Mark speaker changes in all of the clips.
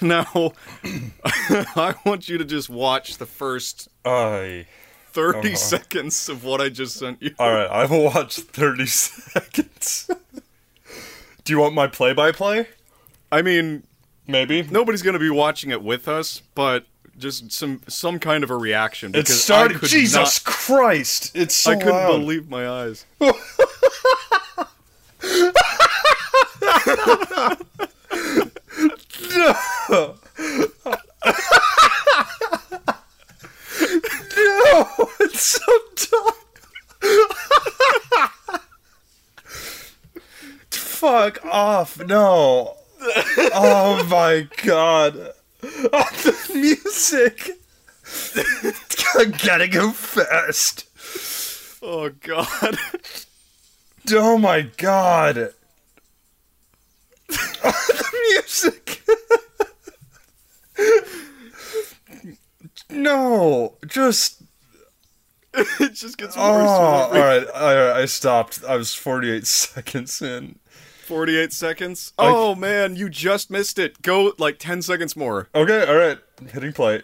Speaker 1: No. I want you to just watch the first
Speaker 2: I
Speaker 1: 30
Speaker 2: Uh-huh.
Speaker 1: seconds of what I just sent you.
Speaker 2: all right. I will watch thirty seconds. Do you want my play-by-play?
Speaker 1: I mean,
Speaker 2: Maybe.
Speaker 1: nobody's going to be watching it with us, but just some some kind of a reaction
Speaker 2: It
Speaker 1: because I
Speaker 2: started.
Speaker 1: could
Speaker 2: Jesus Christ! It's so
Speaker 1: not, I couldn't
Speaker 2: loud.
Speaker 1: believe my eyes.
Speaker 2: No, it's so dumb. Fuck off! No. Oh my god. Oh, the music. I gotta go fast.
Speaker 1: Oh god.
Speaker 2: Oh my god. the music. no, just
Speaker 1: it just gets worse
Speaker 2: Oh, all
Speaker 1: with every
Speaker 2: right, all right. I stopped. I was 48 seconds in.
Speaker 1: 48 seconds. Oh man, you just missed it. Go like 10 seconds more.
Speaker 2: Okay, all right. Hitting play.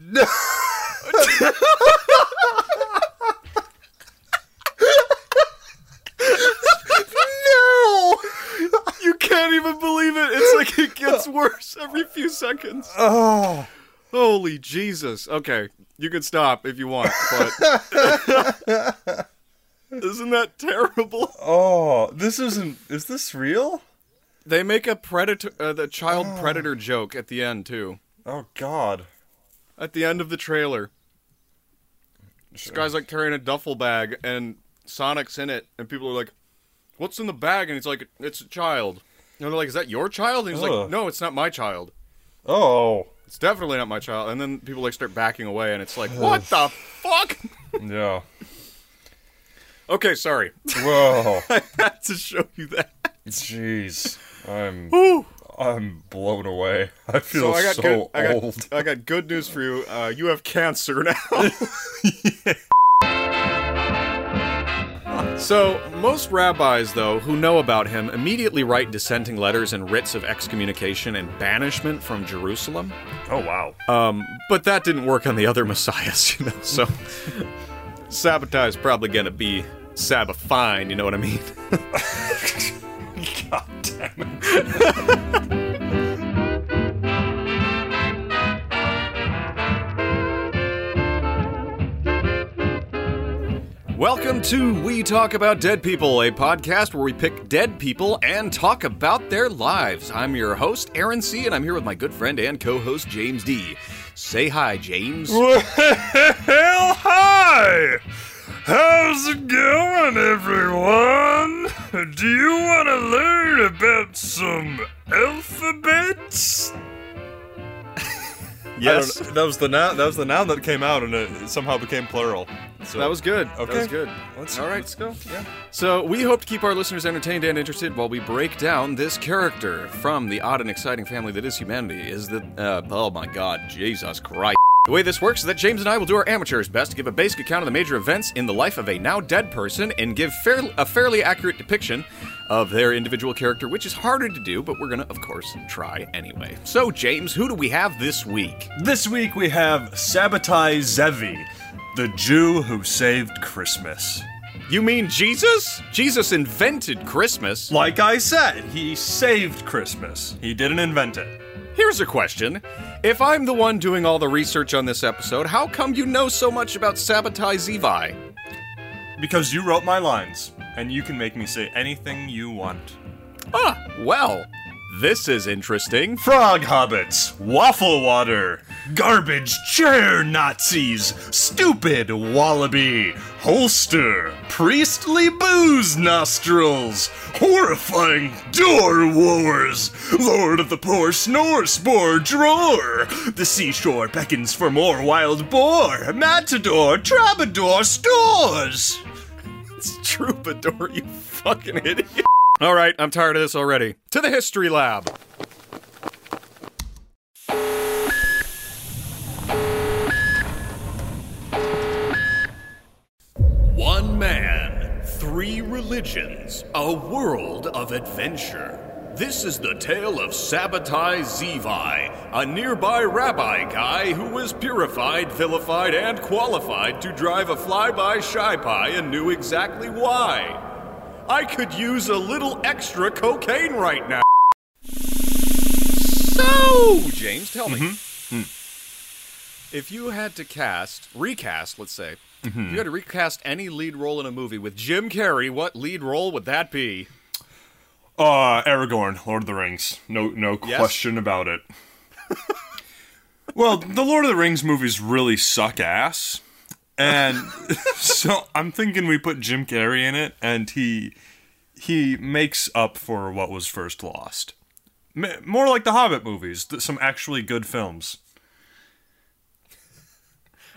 Speaker 2: no. no.
Speaker 1: You can't even believe it. It's like it gets worse every few seconds. Ah.
Speaker 2: Oh.
Speaker 1: Holy Jesus. Okay, you can stop if you want, but Isn't that terrible?
Speaker 2: Oh, this isn't. Is this real?
Speaker 1: They make a predator uh, the child predator joke at the end too.
Speaker 2: Oh God.
Speaker 1: At the end of the trailer. This guy's like carrying a duffel bag and Sonic's in it and people are like, "What's in the bag?" and he's like, "It's a child." And they're like, "Is that your child?" And he's like,
Speaker 2: Ugh.
Speaker 1: "No, it's not my child."
Speaker 2: Oh.
Speaker 1: It's definitely not my child. And then people like start backing away, and it's like, what the fuck?
Speaker 2: Yeah.
Speaker 1: Okay, sorry.
Speaker 2: Whoa.
Speaker 1: I had to show you that.
Speaker 2: Jeez. I'm.
Speaker 1: Whew.
Speaker 2: I'm blown away.
Speaker 1: So
Speaker 2: I feel so,
Speaker 1: Oh, I got good. I
Speaker 2: old.
Speaker 1: got, I got good news for you. Uh, you have cancer now. So, most rabbis, though, who know about him immediately write dissenting letters and writs of excommunication and banishment from Jerusalem.
Speaker 2: Oh wow.
Speaker 1: Um, but that didn't work on the other messiahs, you know. So Sabbatai is probably gonna be Sabbathine, you know what I mean?
Speaker 2: God damn it.
Speaker 1: Welcome to We Talk About Dead People, a podcast where we pick dead people and talk about their lives. I'm your host, Aaron C, and I'm here with my good friend and co-host James D. Say hi, James.
Speaker 2: Well, hi! How's it going, everyone? Do you want to learn about some alphabets?
Speaker 1: Yes.
Speaker 2: that was the noun. That was the noun that came out, and it somehow became plural. So
Speaker 1: That was good. That
Speaker 2: Okay.
Speaker 1: was good.
Speaker 2: Let's,
Speaker 1: All right.
Speaker 2: Let's go. Yeah.
Speaker 1: So, we hope to keep our listeners entertained and interested while we break down this character from the odd and exciting family that is humanity. Is that, uh, oh my god, Jesus Christ. The way this works is that James and I will do our amateur's best to give a basic account of the major events in the life of a now dead person and give fair, a fairly accurate depiction of their individual character, which is harder to do, but we're gonna, of course, try anyway. So, James, who do we have this week?
Speaker 2: This week we have Sabbatai Zevi, the Jew who saved Christmas.
Speaker 1: You mean Jesus? Jesus invented Christmas.
Speaker 2: Like I said, he saved Christmas. He didn't invent it.
Speaker 1: Here's a question. If I'm the one doing all the research on this episode, how come you know so much about Sabotai Zevi?
Speaker 2: Because you wrote my lines, and you can make me say anything you want.
Speaker 1: Ah, well, this is interesting.
Speaker 2: Frog hobbits, waffle water, garbage chair Nazis, stupid wallaby, holster, priestly booze nostrils, horrifying door wars, lord of the poor snore spore drawer, the seashore beckons for more wild boar, matador, troubadour stores.
Speaker 1: It's Troubadour, you fucking idiot. All right, I'm tired of this already. To the History Lab. One man, three religions,
Speaker 3: is a world of adventure. This is the tale of Sabbatai Zevi, a nearby rabbi guy who was purified, vilified, and qualified to drive a flyby shy pie and knew exactly why. I could use a little extra cocaine right now.
Speaker 1: So, James, tell me. If you had to cast, recast, let's say, if you had to recast any lead role in a movie with Jim Carrey, what lead role would that be?
Speaker 2: Uh, Aragorn, Lord of the Rings. No, no
Speaker 1: Yes.
Speaker 2: question about it. well, the Lord of the Rings movies really suck ass, and so I'm thinking we put Jim Carrey in it, and he he makes up for what was first lost. M- more like the Hobbit movies, th- some actually good films.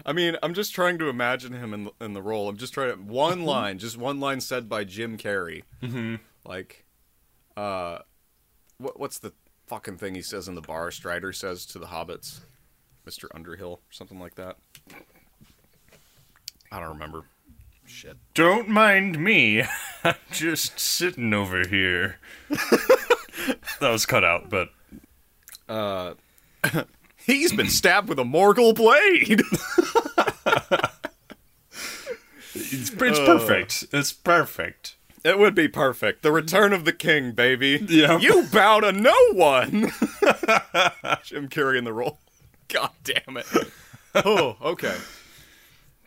Speaker 1: I mean, I'm just trying to imagine him in the, in the role. I'm just trying to one line, just one line said by Jim Carrey. Mm-hmm. Like, uh, what, what's the fucking thing he says in the bar? Strider says to the hobbits, Mister Underhill, or something like that. I don't remember. Shit.
Speaker 2: Don't mind me, I'm just sitting over here. that was cut out, but
Speaker 1: He's been stabbed with a Morgul blade.
Speaker 2: it's, it's perfect. It's perfect.
Speaker 1: It would be perfect. The return of the king, baby.
Speaker 2: Yep.
Speaker 1: You bow to no one. Jim Carrey in the role. God damn it. Oh, okay.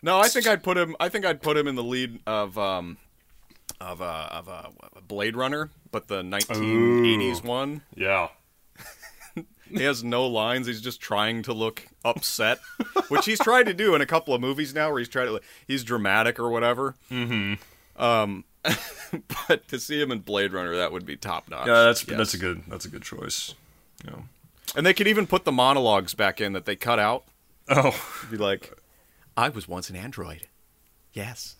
Speaker 1: No, I think I'd put him. I think I'd put him in the lead of um, of uh, of uh, Blade Runner, but the 1980s one.
Speaker 2: Yeah.
Speaker 1: He has no lines. He's just trying to look upset, which he's tried to do in a couple of movies now, where he's tried to like, he's dramatic or whatever. Mm-hmm. Um, but to see him in Blade Runner, that would be top notch.
Speaker 2: Yeah, that's
Speaker 1: Yes.
Speaker 2: that's a good that's a good choice. Yeah.
Speaker 1: And they could even put the monologues back in that they cut out.
Speaker 2: Oh,
Speaker 1: Be like, I was once an android. Yes,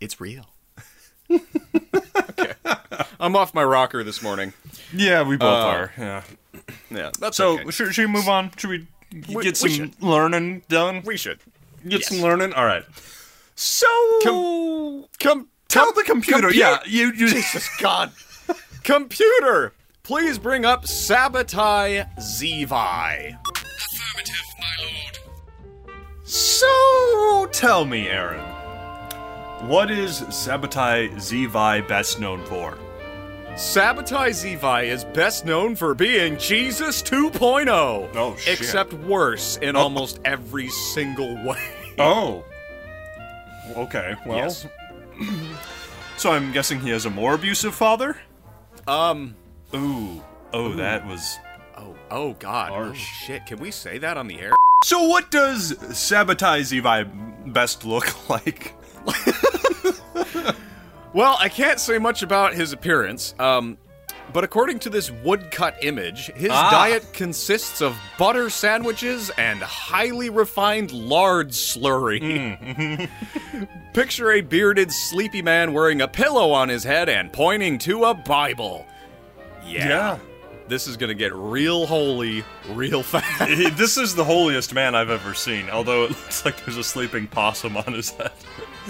Speaker 1: it's real. okay, I'm off my rocker this morning.
Speaker 2: yeah, we both are. Yeah.
Speaker 1: Yeah, that's
Speaker 2: Uh, So
Speaker 1: okay.
Speaker 2: should, should we move on? Should we get
Speaker 1: We- we
Speaker 2: some
Speaker 1: should.
Speaker 2: learning done?
Speaker 1: we should
Speaker 2: get some learning. All right. So
Speaker 1: come
Speaker 2: tell the computer.
Speaker 1: computer-
Speaker 2: Yeah, you you.
Speaker 1: Jesus God. Computer, please bring up Sabbatai Zevi.
Speaker 4: Affirmative, my lord.
Speaker 2: so tell me, Aaron, what is Sabbatai Zevi best known for?
Speaker 1: Sabbatai Zevi is best known for being Jesus 2.0.
Speaker 2: Oh, shit.
Speaker 1: Except worse in almost every single way.
Speaker 2: Oh. Okay. Well.
Speaker 1: Yes.
Speaker 2: so I'm guessing he has a more abusive father. Um. Ooh. Oh, that was.
Speaker 1: Oh, oh God. Oh,
Speaker 2: Harsh.
Speaker 1: shit. Can we say that on the air?
Speaker 2: So what does sabotage Zevi best look like?
Speaker 1: Well, I can't say much about his appearance, um, but according to this woodcut image, his
Speaker 2: Ah.
Speaker 1: diet consists of butter sandwiches and highly refined lard slurry. Mm. Picture a bearded, sleepy man wearing a pillow on his head and pointing to a Bible. Yeah. This is going to get real holy real fast.
Speaker 2: He- this is the holiest man I've ever seen. Although it looks like there's a sleeping possum on his head.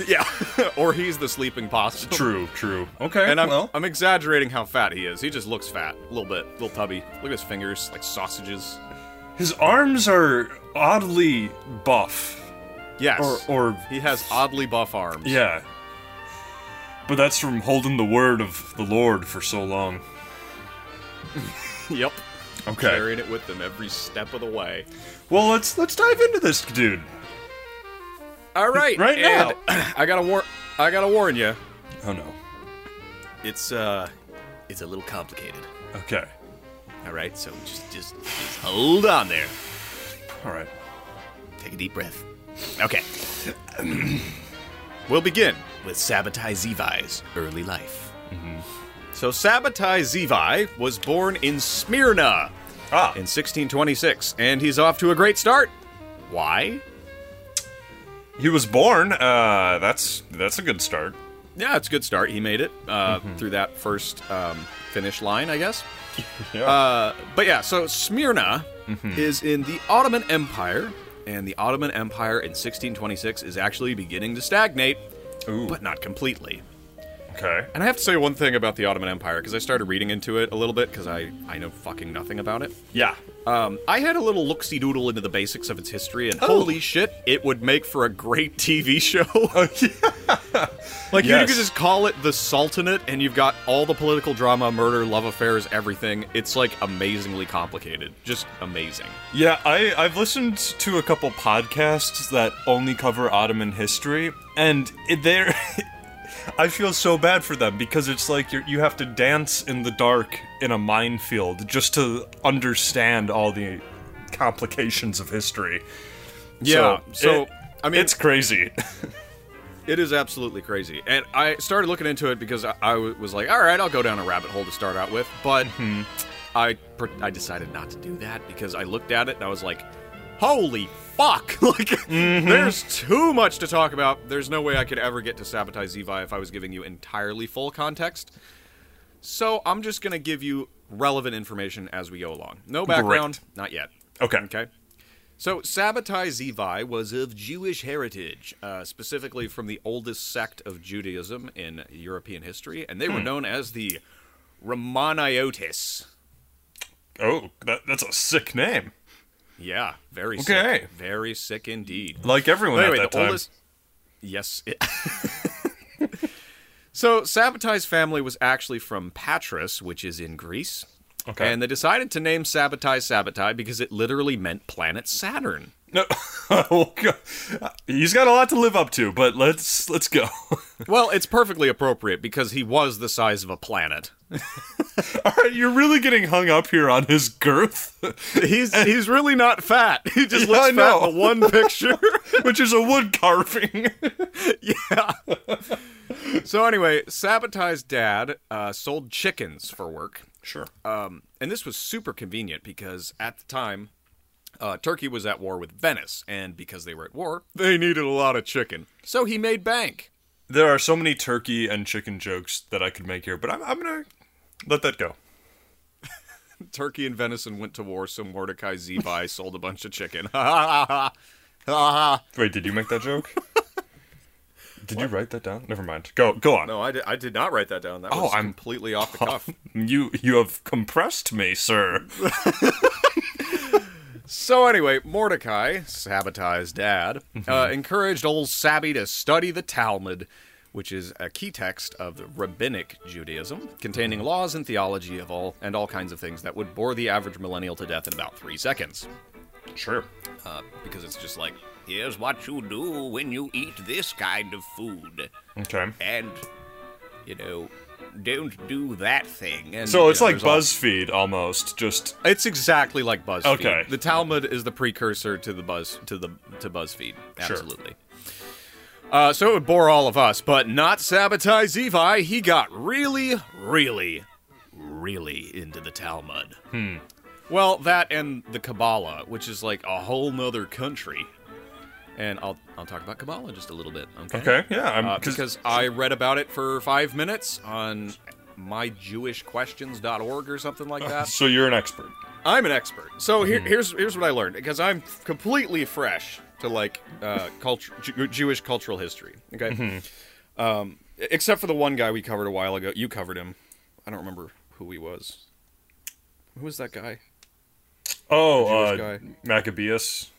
Speaker 1: yeah. or he's the sleeping possum.
Speaker 2: True. True. Okay.
Speaker 1: And I'm,
Speaker 2: well.
Speaker 1: I'm exaggerating how fat he is. He just looks fat. A little bit. little tubby. Look at his fingers, like sausages.
Speaker 2: his arms are oddly buff.
Speaker 1: Yes.
Speaker 2: Or or
Speaker 1: he has oddly buff arms.
Speaker 2: Yeah. But that's from holding the word of the Lord for so long.
Speaker 1: yep.
Speaker 2: Okay.
Speaker 1: Carrying it with them every step of the way.
Speaker 2: Well, let's let's dive into this dude.
Speaker 1: All right.
Speaker 2: Right
Speaker 1: and I gotta warn. I gotta warn you.
Speaker 2: Oh no.
Speaker 1: It's uh, it's a little complicated.
Speaker 2: Okay.
Speaker 1: All right. So just just just hold on there.
Speaker 2: All right.
Speaker 1: Take a deep breath. Okay. we'll begin with Sabbatai Zevi's early life. So Sabbatai Zevi was born in Smyrna
Speaker 2: Ah.
Speaker 1: in 1626, and he's off to a great start. Why?
Speaker 2: He was born. Uh, that's that's a good start.
Speaker 1: Yeah, it's a good start. He made it uh, through that first um, finish line, I guess.
Speaker 2: Yeah.
Speaker 1: Uh, but yeah, so Smyrna is in the Ottoman Empire, and the Ottoman Empire in 1626 is actually beginning to stagnate,
Speaker 2: Ooh.
Speaker 1: but not completely.
Speaker 2: Okay.
Speaker 1: And I have to say one thing about the Ottoman Empire because I started reading into it a little bit because I I know fucking nothing about it.
Speaker 2: Yeah.
Speaker 1: Um, I had a little look-see doodle into the basics of its history, and
Speaker 2: Oh.
Speaker 1: holy shit, it would make for a great TV show. like you
Speaker 2: Oh, Yes.
Speaker 1: could just call it the Sultanate, and you've got all the political drama, murder, love affairs, everything. It's like amazingly complicated, just amazing.
Speaker 2: Yeah, I, I've listened to a couple podcasts that only cover Ottoman history, and it- they're. I feel so bad for them because it's like you you have to dance in the dark in a minefield just to understand all the complications of history.
Speaker 1: Yeah, so,
Speaker 2: it-
Speaker 1: I mean-
Speaker 2: it's crazy.
Speaker 1: It is absolutely crazy. And I started looking into it because I, I w- was like, all right, I'll go down a rabbit hole to start out with. But I, per- I decided not to do that because I looked at it and I was like, holy fuck. like, there's too much to talk about. There's no way I could ever get to Sabotage Zevi if I was giving you entirely full context. So I'm just going to give you relevant information as we go along. No background, not yet.
Speaker 2: Okay.
Speaker 1: Okay. So, Sabbatai Zevi was of Jewish heritage, uh, specifically from the oldest sect of Judaism in European history, and they
Speaker 2: Hmm.
Speaker 1: were known as the Romaniotes.
Speaker 2: Oh, that, that's a sick name.
Speaker 1: Yeah, very
Speaker 2: Okay.
Speaker 1: sick. Very sick indeed.
Speaker 2: Like everyone
Speaker 1: But
Speaker 2: at
Speaker 1: anyway,
Speaker 2: that
Speaker 1: the
Speaker 2: time.
Speaker 1: oldest. Yes. it- so Sabbatai's family was actually from Patras, which is in Greece.
Speaker 2: Okay.
Speaker 1: And they decided to name Sabbatai Sabbatai because it literally meant planet Saturn.
Speaker 2: No, Oh, God. he's got a lot to live up to, but let's let's go.
Speaker 1: Well, it's perfectly appropriate because he was the size of a planet.
Speaker 2: All right, you're really getting hung up here on his girth,
Speaker 1: He's he's really not fat. He just
Speaker 2: Yeah, I
Speaker 1: looks fat
Speaker 2: know.
Speaker 1: in the one picture.
Speaker 2: which is a wood carving.
Speaker 1: so anyway, Sabbatai's dad uh, sold chickens for work,
Speaker 2: Sure.
Speaker 1: um, and this was super convenient because at the time, uh, Turkey was at war with Venice, and because they were at war, they needed a lot of chicken. So he made bank.
Speaker 2: There are so many turkey and chicken jokes that I could make here, but I'm, I'm gonna let that go.
Speaker 1: Turkey and Venison went to war, so Mordecai Zevi sold a bunch of chicken. Ha ha ha ha ha.
Speaker 2: Wait, did you make that joke? did you write that down? Never mind. Go go on.
Speaker 1: No, I did, I did not write that down. That
Speaker 2: Oh,
Speaker 1: was
Speaker 2: I'm-
Speaker 1: completely off the cuff.
Speaker 2: You you have compressed me, sir.
Speaker 1: So anyway, Mordecai, Sabbatai's dad,
Speaker 2: Mm-hmm.
Speaker 1: uh, encouraged old Sabby to study the Talmud, which is a key text of the rabbinic Judaism, containing laws and theology of all and all kinds of things that would bore the average millennial to death in about three seconds,
Speaker 2: Sure.
Speaker 1: uh, because it's just like
Speaker 5: Here's what you do when you eat this kind of food.
Speaker 2: Okay.
Speaker 5: And, you know, don't do that thing. And
Speaker 2: So it's
Speaker 1: Yeah,
Speaker 2: like
Speaker 1: there's all-
Speaker 2: BuzzFeed almost. Just
Speaker 1: it's exactly like BuzzFeed.
Speaker 2: Okay.
Speaker 1: the Talmud is the precursor to the Buzz to the to BuzzFeed.
Speaker 2: Sure.
Speaker 1: Absolutely. Uh, so it would bore all of us, but not Sabbatai Zevi. He got really, really, really into the Talmud. Hmm. Well, that and the Kabbalah, which is like a whole nother country. And I'll I'll talk about Kabbalah just a little bit. Okay.
Speaker 2: okay. Yeah. I'm,
Speaker 1: Uh,
Speaker 2: 'cause-
Speaker 1: because I read about it for five minutes on myjewishquestions.org or something like that.
Speaker 2: so you're an expert.
Speaker 1: I'm an expert. So
Speaker 2: Hmm.
Speaker 1: here, here's here's what I learned because I'm f- completely fresh to like uh, culture, Ju- Jewish cultural history. Okay,
Speaker 2: Mm-hmm.
Speaker 1: um, except for the one guy we covered a while ago. You covered him. I don't remember who he was. Who was that guy?
Speaker 2: Oh,
Speaker 1: Jewish
Speaker 2: uh,
Speaker 1: guy.
Speaker 2: Maccabeus.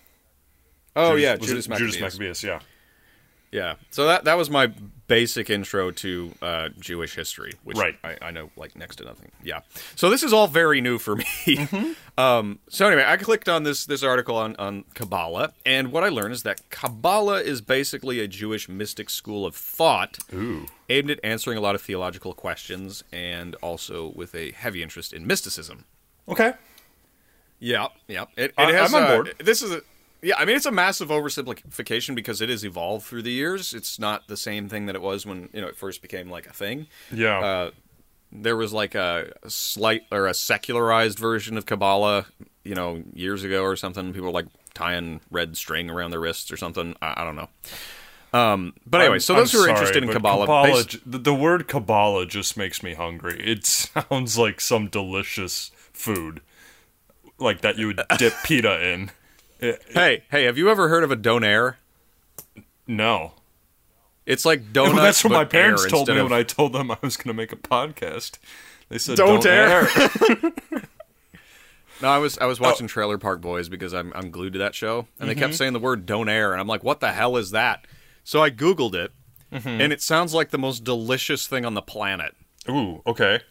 Speaker 1: Oh
Speaker 2: Judas-
Speaker 1: yeah,
Speaker 2: was
Speaker 1: Judas
Speaker 2: it
Speaker 1: Maccabeus.
Speaker 2: Judas Maccabeus. Yeah.
Speaker 1: Yeah. So that that was my basic intro to uh, Jewish history, which
Speaker 2: Right.
Speaker 1: I, I know like next to nothing. Yeah. So this is all very new for me.
Speaker 2: Mm-hmm.
Speaker 1: Um, so anyway, I clicked on this this article on on Kabbalah, and what I learned is that Kabbalah is basically a Jewish mystic school of thought
Speaker 2: Ooh.
Speaker 1: aimed at answering a lot of theological questions, and also with a heavy interest in mysticism.
Speaker 2: Okay.
Speaker 1: Yeah, yeah. It, it
Speaker 2: I-
Speaker 1: has,
Speaker 2: I'm on
Speaker 1: uh,
Speaker 2: board.
Speaker 1: This is a, yeah. I mean, it's a massive oversimplification because it has evolved through the years. It's not the same thing that it was when you know it first became like a thing.
Speaker 2: Yeah.
Speaker 1: Uh, there was like a slight or a secularized version of Kabbalah, you know, years ago or something. People were like tying red string around their wrists or something. I, I don't know. Um, but anyway,
Speaker 2: I'm-
Speaker 1: so those
Speaker 2: I'm
Speaker 1: who are
Speaker 2: sorry,
Speaker 1: interested in
Speaker 2: but
Speaker 1: Kabbalah, basi-
Speaker 2: ju- the, the word Kabbalah just makes me hungry. It sounds like some delicious food, like that you would dip pita in.
Speaker 1: hey, hey, have you ever heard of a donaire?
Speaker 2: No,
Speaker 1: It's like donuts.
Speaker 2: Well, that's what
Speaker 1: but
Speaker 2: my parents
Speaker 1: air
Speaker 2: told me
Speaker 1: instead of-
Speaker 2: when I told them I was going to make a podcast. They said,
Speaker 1: Don't
Speaker 2: "Don't,
Speaker 1: air."
Speaker 2: air."
Speaker 1: No, I was I was watching Trailer Park Boys because I'm I'm glued to that show, and they kept saying the word "don't air," and I'm like, what the hell is that? So I googled it, and it sounds like the most delicious thing on the planet.
Speaker 2: Ooh, okay.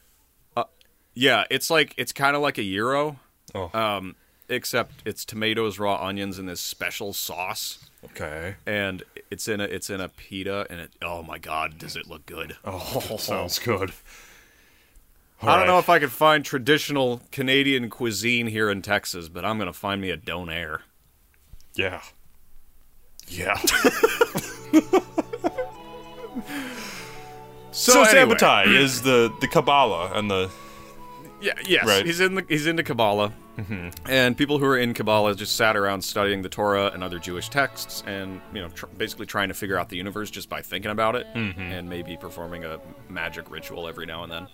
Speaker 1: Yeah, it's like it's kind of like a gyro,
Speaker 2: Oh,
Speaker 1: um, except it's tomatoes, raw onions, and this special sauce,
Speaker 2: okay.
Speaker 1: and it's in a it's in a pita, and it oh my god, does it look good?
Speaker 2: Oh, sounds good.
Speaker 1: I don't know if I could find traditional Canadian cuisine here in Texas, but I'm gonna find me a donair.
Speaker 2: Yeah. Yeah. so
Speaker 1: anyway.
Speaker 2: Sabbatai is the the Kabbalah and the
Speaker 1: Yeah, yes,
Speaker 2: Right.
Speaker 1: he's in the he's into Kabbalah, and people who are in Kabbalah just sat around studying the Torah and other Jewish texts, and you know, tr- basically trying to figure out the universe just by thinking about it, and maybe performing a magic ritual every now and then.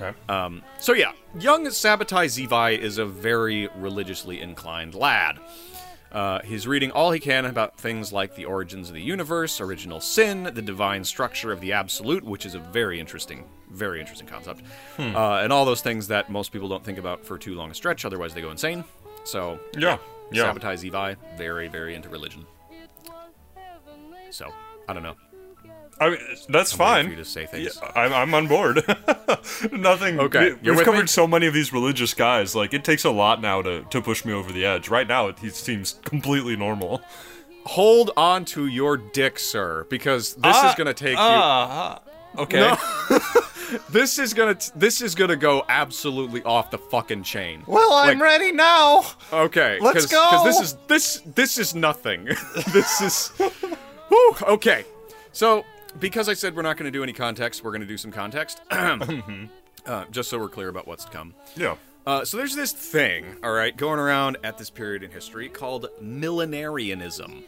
Speaker 2: okay.
Speaker 1: So yeah, young Sabbatai Zevi is a very religiously inclined lad. Uh, he's reading all he can about things like the origins of the universe, original sin, the divine structure of the absolute, which is a very interesting, very interesting concept, uh, and all those things that most people don't think about for too long a stretch. Otherwise, they go insane. So,
Speaker 2: yeah. Yeah.
Speaker 1: Sabbatai Zevi, very, very into religion. So, I don't know.
Speaker 2: I mean, that's
Speaker 1: Waiting
Speaker 2: fine.
Speaker 1: For you to say things.
Speaker 2: Yeah, I'm, I'm on board. Nothing.
Speaker 1: Okay,
Speaker 2: we-
Speaker 1: you're
Speaker 2: we've
Speaker 1: with
Speaker 2: covered
Speaker 1: me?
Speaker 2: so many of these religious guys. Like it takes a lot now to, to push me over the edge. Right now, it, he seems completely normal.
Speaker 1: Hold on to your dick, sir, because this is going to take you.
Speaker 2: Okay.
Speaker 1: This is gonna t- this is gonna go absolutely off the fucking chain.
Speaker 2: Well, I'm
Speaker 1: Like-
Speaker 2: ready now.
Speaker 1: Okay,
Speaker 2: Let's
Speaker 1: cause, 'cause this
Speaker 2: go!
Speaker 1: is this this is nothing. this is. Whew, okay, so because I said we're not gonna do any context, we're gonna do some context,
Speaker 2: Mm-hmm.
Speaker 1: uh, just so we're clear about what's to come.
Speaker 2: Yeah.
Speaker 1: Uh, so there's this thing, all right, going around at this period in history called millenarianism.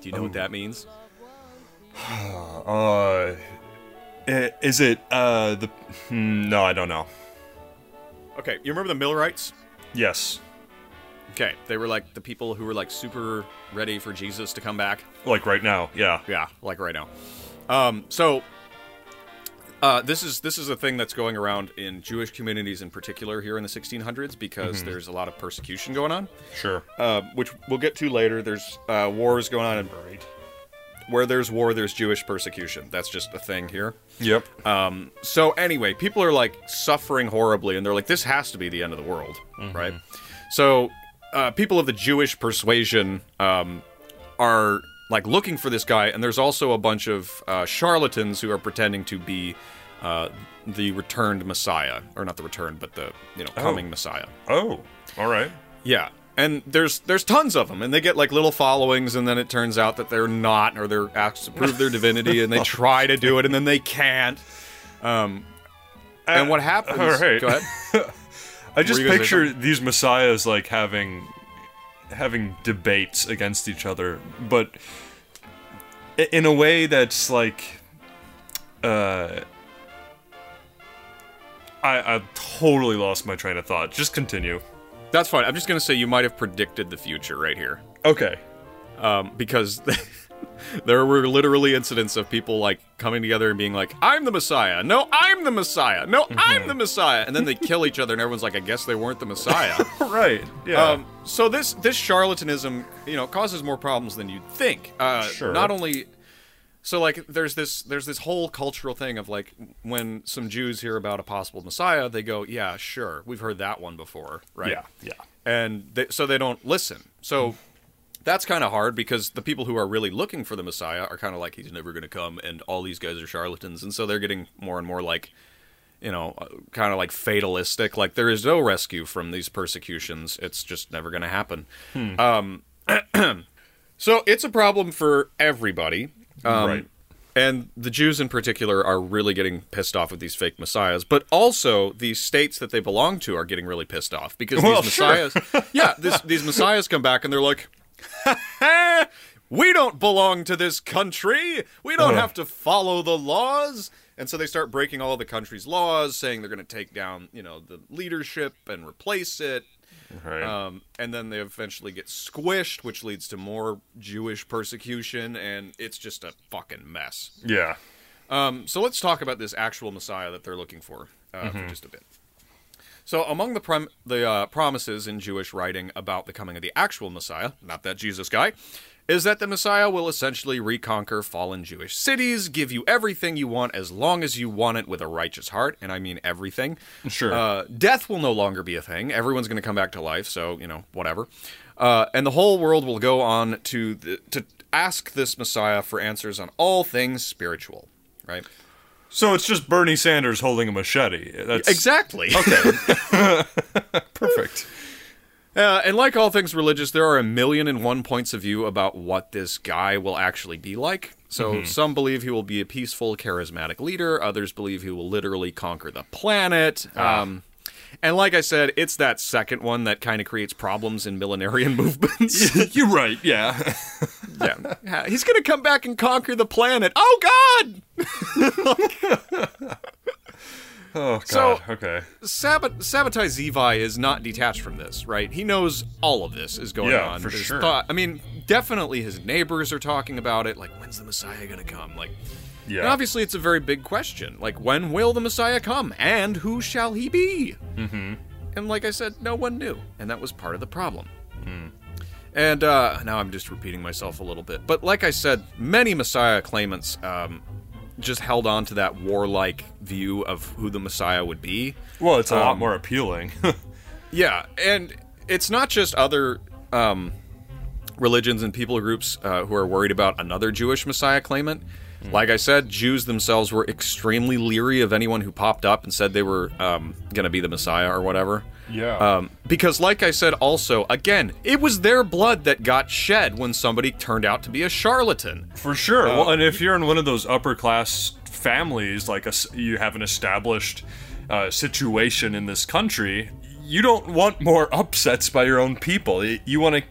Speaker 1: Do you
Speaker 2: Oh.
Speaker 1: know what that means?
Speaker 2: Uh, i- is it uh the? hmm, No, I don't know.
Speaker 1: Okay, you remember the Millerites?
Speaker 2: Yes.
Speaker 1: Okay, they were like the people who were like super ready for Jesus to come back.
Speaker 2: Like right now. Yeah.
Speaker 1: Yeah, like right now. Um, so uh, this is this is a thing that's going around in Jewish communities in particular here in the 1600s because there's a lot of persecution going on,
Speaker 2: Sure.
Speaker 1: Mm-hmm. uh, which we'll get to later. There's uh, wars going on, and where there's war, there's Jewish persecution. That's just a thing here.
Speaker 2: Yep.
Speaker 1: So anyway, people are like suffering horribly, and they're like, "This has to be the end of the world, right?" So uh, people of the Jewish persuasion um, are like looking for this guy, and there's also a bunch of uh, charlatans who are pretending to be uh, the returned Messiah, or not the returned, but the you know coming Messiah.
Speaker 2: oh. All right.
Speaker 1: Yeah. And there's there's tons of them, and they get like little followings, and then it turns out that they're not, or they're asked to prove their divinity,
Speaker 2: Oh.
Speaker 1: and they try to do it, and then they can't. Um, and what happens?
Speaker 2: Uh, all right.
Speaker 1: Go ahead.
Speaker 2: I just
Speaker 1: you gonna say
Speaker 2: picture these messiahs like having having debates against each other, but i- in a way that's like uh I, I totally lost my train of thought. Just continue.
Speaker 1: That's fine. I'm just gonna say you might have predicted the future right here,
Speaker 2: Okay.
Speaker 1: um, because there were literally incidents of people like coming together and being like, "I'm the Messiah." No, I'm the Messiah. No, I'm the
Speaker 2: Mm-hmm.
Speaker 1: Messiah. And then they kill each other, and everyone's like, "I guess they weren't the Messiah."
Speaker 2: Right. Yeah.
Speaker 1: Um, so this this charlatanism, you know, causes more problems than you'd think. Uh,
Speaker 2: Sure.
Speaker 1: Not only, so like there's this there's this whole cultural thing of like when some Jews hear about a possible Messiah, they go, "Yeah, sure, we've heard that one before, right?"
Speaker 2: Yeah. Yeah. Mm-hmm.
Speaker 1: and they, so they don't listen. So that's kind of hard because the people who are really looking for the Messiah are kind of like he's never going to come, and all these guys are charlatans, and so they're getting more and more like, you know, kind of like fatalistic. Like there is no rescue from these persecutions; it's just never going to happen. Um, so it's a problem for everybody. Um,
Speaker 2: right.
Speaker 1: and the Jews in particular are really getting pissed off with these fake messiahs, but also the states that they belong to are getting really pissed off because
Speaker 2: Well,
Speaker 1: these
Speaker 2: sure.
Speaker 1: messiahs, yeah, this, these messiahs come back and they're like, "We don't belong to this country. We don't
Speaker 2: Uh-huh.
Speaker 1: have to follow the laws." And so they start breaking all the country's laws, saying they're going to take down, you know, the leadership and replace it.
Speaker 2: Right.
Speaker 1: Um, and then they eventually get squished, which leads to more Jewish persecution, and it's just a fucking mess.
Speaker 2: yeah.
Speaker 1: So let's talk about this actual Messiah that they're looking for uh, for just a bit. So among the prom- the uh, promises in Jewish writing about the coming of the actual Messiah, not that Jesus guy, is that the Messiah will essentially reconquer fallen Jewish cities, give you everything you want as long as you want it with a righteous heart, and I mean everything.
Speaker 2: Sure.
Speaker 1: Uh, death will no longer be a thing. Everyone's going to come back to life, so you know whatever. Uh, and the whole world will go on to the, to ask this Messiah for answers on all things spiritual, right?
Speaker 2: So it's just Bernie Sanders holding a machete. That's
Speaker 1: Exactly.
Speaker 2: perfect.
Speaker 1: Uh, and like all things religious, there are a million and one points of view about what this guy will actually be like. So some believe he will be a peaceful, charismatic leader. Others believe he will literally conquer the planet. Um, and like I said, it's that second one that kind of creates problems in millenarian movements.
Speaker 2: You're right. Yeah.
Speaker 1: yeah, he's gonna come back and conquer the planet. Oh God!
Speaker 2: Oh God.
Speaker 1: So-
Speaker 2: okay.
Speaker 1: Sabbat- Sabbatai Zevi is not detached from this, right? He knows all of this is going
Speaker 2: Yeah,
Speaker 1: on.
Speaker 2: for
Speaker 1: There's
Speaker 2: sure.
Speaker 1: I mean, definitely his neighbors are talking about it. Like, when's the Messiah going to come? Like,
Speaker 2: Yeah.
Speaker 1: and obviously it's a very big question. Like, when will the Messiah come, and who shall he be? Mm-hmm. And like I said, no one knew, and that was part of the problem.
Speaker 2: Mm.
Speaker 1: And uh, now I'm just repeating myself a little bit, but like I said, many Messiah claimants um, just held on to that warlike view of who the Messiah would be.
Speaker 2: Well, it's a lot more appealing.
Speaker 1: Yeah, and it's not just other um, religions and people groups uh, who are worried about another Jewish Messiah claimant. Like I said, Jews themselves were extremely leery of anyone who popped up and said they were um, going to be the Messiah or whatever.
Speaker 2: Yeah.
Speaker 1: Um, because, like I said, also, again, it was their blood that got shed when somebody turned out to be a charlatan.
Speaker 2: For sure.
Speaker 1: Uh,
Speaker 2: well, and if you're in one of those upper class families, like a s you have an established uh, situation in this country, you don't want more upsets by your own people. Y- You want to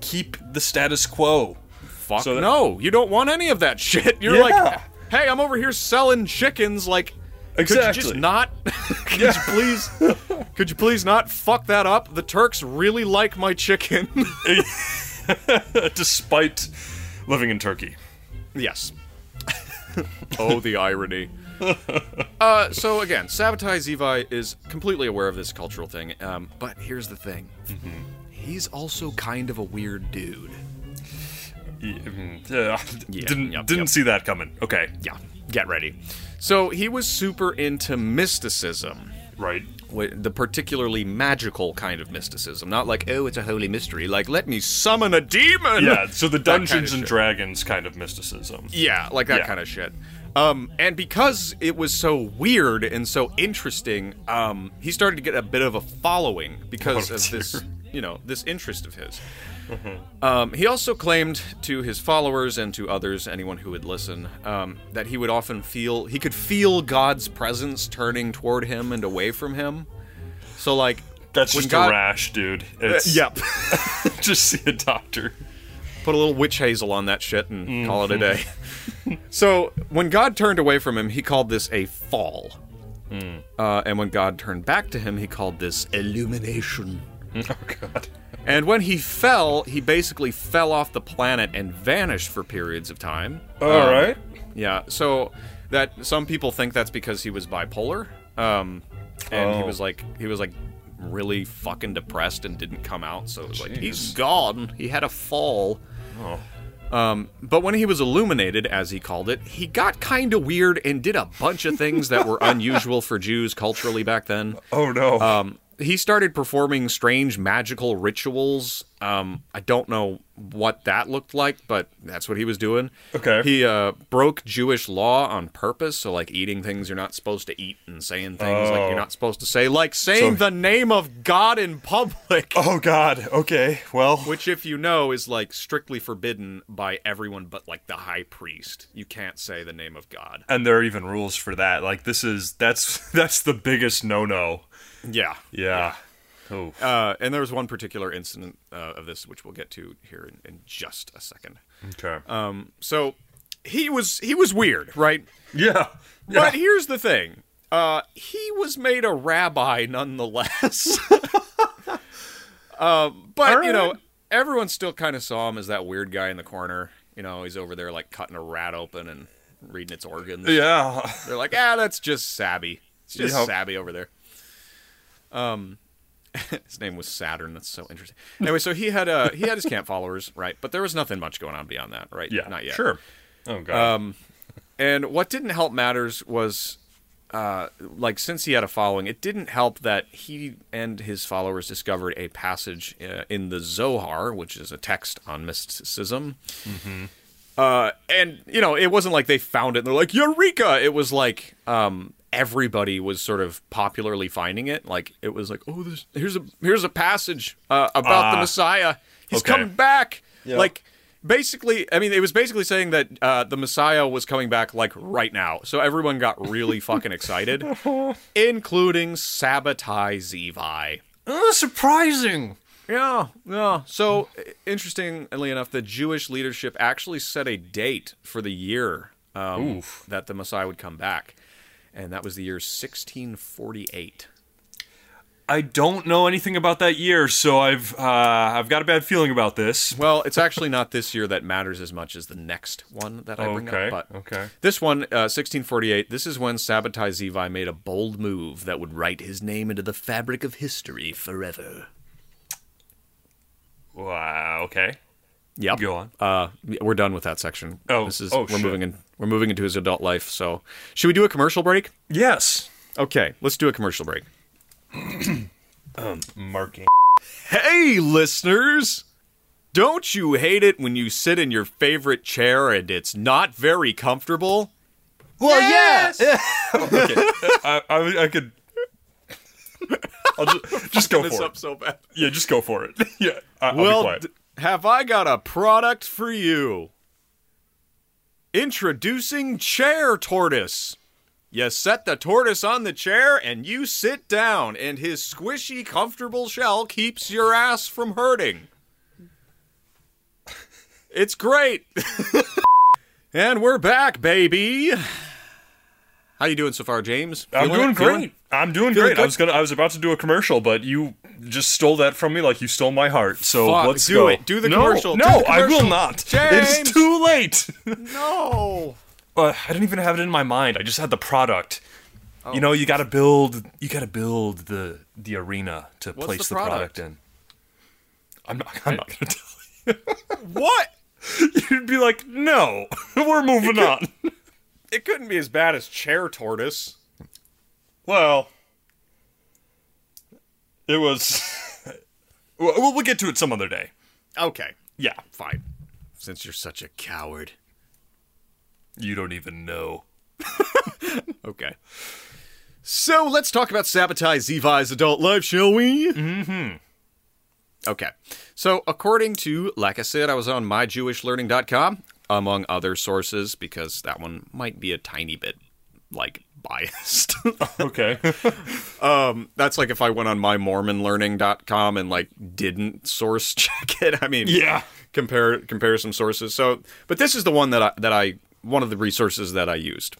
Speaker 2: keep the status quo.
Speaker 1: Fuck
Speaker 2: So that-
Speaker 1: no, you don't want any of that shit. You're
Speaker 2: Yeah.
Speaker 1: like, hey, I'm over here selling chickens. Like, could you just
Speaker 2: Exactly.
Speaker 1: not? could you please? could you please not fuck that up? The Turks really like my chicken.
Speaker 2: Despite living in Turkey.
Speaker 1: yes. oh, the irony. Uh, so again, Sabbatai Zevi is completely aware of this cultural thing, um, but here's the thing: he's also kind of a weird dude.
Speaker 2: Y- mm, yeah, didn't
Speaker 1: yep,
Speaker 2: didn't
Speaker 1: yep.
Speaker 2: see that coming. Okay.
Speaker 1: Yeah, get ready. So he was super into mysticism.
Speaker 2: Right.
Speaker 1: wi- the particularly magical kind of mysticism, not like oh, it's a holy mystery. Like let me summon a demon.
Speaker 2: Yeah. So the
Speaker 1: That kind of
Speaker 2: Dungeons and
Speaker 1: shit.
Speaker 2: Dragons kind of mysticism.
Speaker 1: yeah, like that
Speaker 2: Yeah.
Speaker 1: kind of shit. Um, and because it was so weird and so interesting, um, he started to get a bit of a following because
Speaker 2: Oh,
Speaker 1: of
Speaker 2: dear. Mm-hmm.
Speaker 1: this, you know, this interest of his. Um, he also claimed to his followers and to others, anyone who would listen, um, that he would often feel he could feel God's presence turning toward him and away from him. So like
Speaker 2: That's
Speaker 1: when
Speaker 2: just
Speaker 1: God, Uh,
Speaker 2: a rash, dude. It's,
Speaker 1: Yep.
Speaker 2: just see a doctor.
Speaker 1: Put a little witch hazel on that shit and call it a day. so when God turned away from him, he called this a fall. Uh, and when God turned back to him, he called this illumination.
Speaker 2: Oh God.
Speaker 1: And when he fell, he basically fell off the planet and vanished for periods of time.
Speaker 2: All right.
Speaker 1: Yeah, so that some people think that's because he was bipolar, um, and he
Speaker 2: Oh.
Speaker 1: was like he was like really fucking depressed and didn't come out. So it was like he's gone. He had a fall. Um, but when he was illuminated, as he called it, he got kind of weird and did a bunch of things that were unusual for Jews culturally back then.
Speaker 2: Oh no.
Speaker 1: Um, he started performing strange magical rituals. Um, I don't know what that looked like, but that's what he was doing.
Speaker 2: Okay.
Speaker 1: He uh, broke Jewish law on purpose, so like eating things you're not supposed to eat and saying things like you're
Speaker 2: Oh.
Speaker 1: not supposed to say, like saying the name of God in public,
Speaker 2: Oh God. Okay. Well.
Speaker 1: which, if you know, is like strictly forbidden by everyone but like the high priest. You can't say the name of God.
Speaker 2: And there are even rules for that. Like this is that's that's the biggest no-no.
Speaker 1: Yeah.
Speaker 2: Yeah. Oh.
Speaker 1: Uh, and there was one particular incident uh, of this, which we'll get to here in, in just a second.
Speaker 2: okay.
Speaker 1: So he was he was weird, right?
Speaker 2: yeah.
Speaker 1: But here's the thing. Uh, he was made a rabbi nonetheless. But
Speaker 2: All
Speaker 1: you know,
Speaker 2: right.
Speaker 1: everyone still kind of saw him as that weird guy in the corner. You know, he's over there like cutting a rat open and reading its organs.
Speaker 2: Yeah.
Speaker 1: They're like, ah, that's just Sabby. It's just
Speaker 2: Yep.
Speaker 1: Sabby over there. Um, his name was Saturn. That's so interesting. Anyway, so he had uh he had his camp followers, right? But there was nothing much going on beyond that, right?
Speaker 2: Yeah.
Speaker 1: not yet.
Speaker 2: Sure. Oh god.
Speaker 1: And what didn't help matters was, uh, like since he had a following, it didn't help that he and his followers discovered a passage uh, in the Zohar, which is a text on mysticism.
Speaker 2: Mm-hmm.
Speaker 1: Uh, and you know, it wasn't like they found it and they're like, "Eureka!" It was like um, everybody was sort of popularly finding it. Like it was like, "Oh, there's, here's a here's a passage uh, about the
Speaker 2: Ah.
Speaker 1: Messiah. He's
Speaker 2: Okay.
Speaker 1: coming back."
Speaker 2: Yeah.
Speaker 1: Like basically, I mean, it was basically saying that uh, the Messiah was coming back like right now. So everyone got really fucking excited, including Sabbatai Zevi.
Speaker 2: oh, surprising.
Speaker 1: Yeah, yeah. So, i- interestingly enough, the Jewish leadership actually set a date for the year um,
Speaker 2: Oof.
Speaker 1: that the Messiah would come back, and that was the year 1648.
Speaker 2: I don't know anything about that year, so I've uh, I've got a bad feeling about this.
Speaker 1: Well, it's actually not this year that matters as much as the next one that I bring
Speaker 2: Okay,
Speaker 1: up. But
Speaker 2: okay.
Speaker 1: this one, uh, 1648, this is when Sabbatai Zevi made a bold move that would write his name into the fabric of history forever.
Speaker 2: Wow. Okay.
Speaker 1: Yep.
Speaker 2: Go on.
Speaker 1: Uh, we're done with that section.
Speaker 2: Oh,
Speaker 1: this is
Speaker 2: oh,
Speaker 1: we're
Speaker 2: shit.
Speaker 1: moving in. We're moving into his adult life. So, should we do a commercial break?
Speaker 2: Yes.
Speaker 1: Okay, let's do a commercial break.
Speaker 2: Marking.
Speaker 1: Hey, listeners! Don't you hate it when you sit in your favorite chair and it's not very comfortable?
Speaker 2: Well, yes. I, I, I could. I'll just, just go
Speaker 1: It's
Speaker 2: for
Speaker 1: up
Speaker 2: it.
Speaker 1: so bad.
Speaker 2: Yeah, just go for it. Yeah. I, I'll be
Speaker 1: Well,
Speaker 2: quiet.
Speaker 1: d- have I got a product for you? Introducing Chair Tortoise. You set the tortoise on the chair and you sit down, and his squishy, comfortable shell keeps your ass from hurting. It's great. and we're back, baby. How you doing so far, James?
Speaker 2: I'm
Speaker 1: Feeling
Speaker 2: doing
Speaker 1: it? Feeling-
Speaker 2: great. I'm doing
Speaker 1: Feeling
Speaker 2: great. I
Speaker 1: good?
Speaker 2: was gonna. I was about to do a commercial, but you just stole that from me, like you stole my heart. So
Speaker 1: Fuck,
Speaker 2: let's
Speaker 1: do
Speaker 2: go.
Speaker 1: it. Do the
Speaker 2: no,
Speaker 1: commercial.
Speaker 2: No,
Speaker 1: Do the
Speaker 2: I will
Speaker 1: commercial.
Speaker 2: not. It
Speaker 1: James!
Speaker 2: is too late.
Speaker 1: No.
Speaker 2: uh, I didn't even have it in my mind. I just had the product.
Speaker 1: Oh.
Speaker 2: You know, you gotta build. You gotta build the the arena to place
Speaker 1: the
Speaker 2: the
Speaker 1: product?
Speaker 2: product, in. I'm not. I'm not gonna tell
Speaker 1: What?
Speaker 2: you. You'd be like, no, we're moving on.
Speaker 1: It couldn't be as bad as Chair Tortoise.
Speaker 2: Well, it was. we'll, we'll get to it some other day.
Speaker 1: Okay,
Speaker 2: Yeah,
Speaker 1: fine. Since you're such a coward.
Speaker 2: you don't even know.
Speaker 1: Okay. So let's talk about Sabotage Zevi's adult life, shall we? Mm-hmm. Okay. So according to, like I said, I was on myjewishlearning.com, among other sources, because that one might be a tiny bit like biased.
Speaker 2: Okay.
Speaker 1: That's like if I went on mymormonlearning.com and like didn't source check it. I mean,
Speaker 2: yeah.
Speaker 1: compare compare some sources. So, but this is the one that I that I one of the resources that I used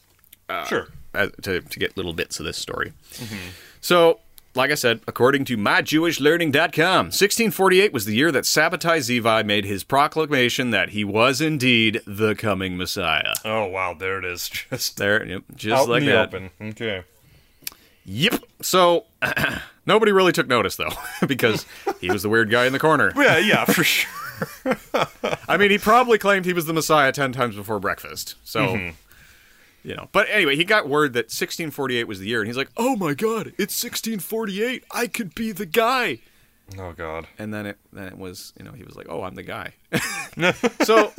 Speaker 2: sure.
Speaker 1: uh, to to get little bits of this story.
Speaker 2: Mm-hmm.
Speaker 1: So, like I said, according to myjewishlearning.com, 1648 was the year that Sabbatai Zevi made his proclamation that he was indeed the coming Messiah.
Speaker 2: Oh wow, there it is. Just
Speaker 1: There, yep, just
Speaker 2: out
Speaker 1: like
Speaker 2: in the
Speaker 1: that.
Speaker 2: open. Okay.
Speaker 1: Yep. So, nobody really took notice though, because he was the weird guy in the corner.
Speaker 2: Yeah, yeah, for sure.
Speaker 1: I mean, he probably claimed he was the Messiah ten times before breakfast. So, you know. But anyway, he got word that 1648 was the year, and he's like, "Oh my God, it's 1648! I could be the guy."
Speaker 2: Oh god.
Speaker 1: And then it then it was you know he was like, "Oh, I'm the guy." so.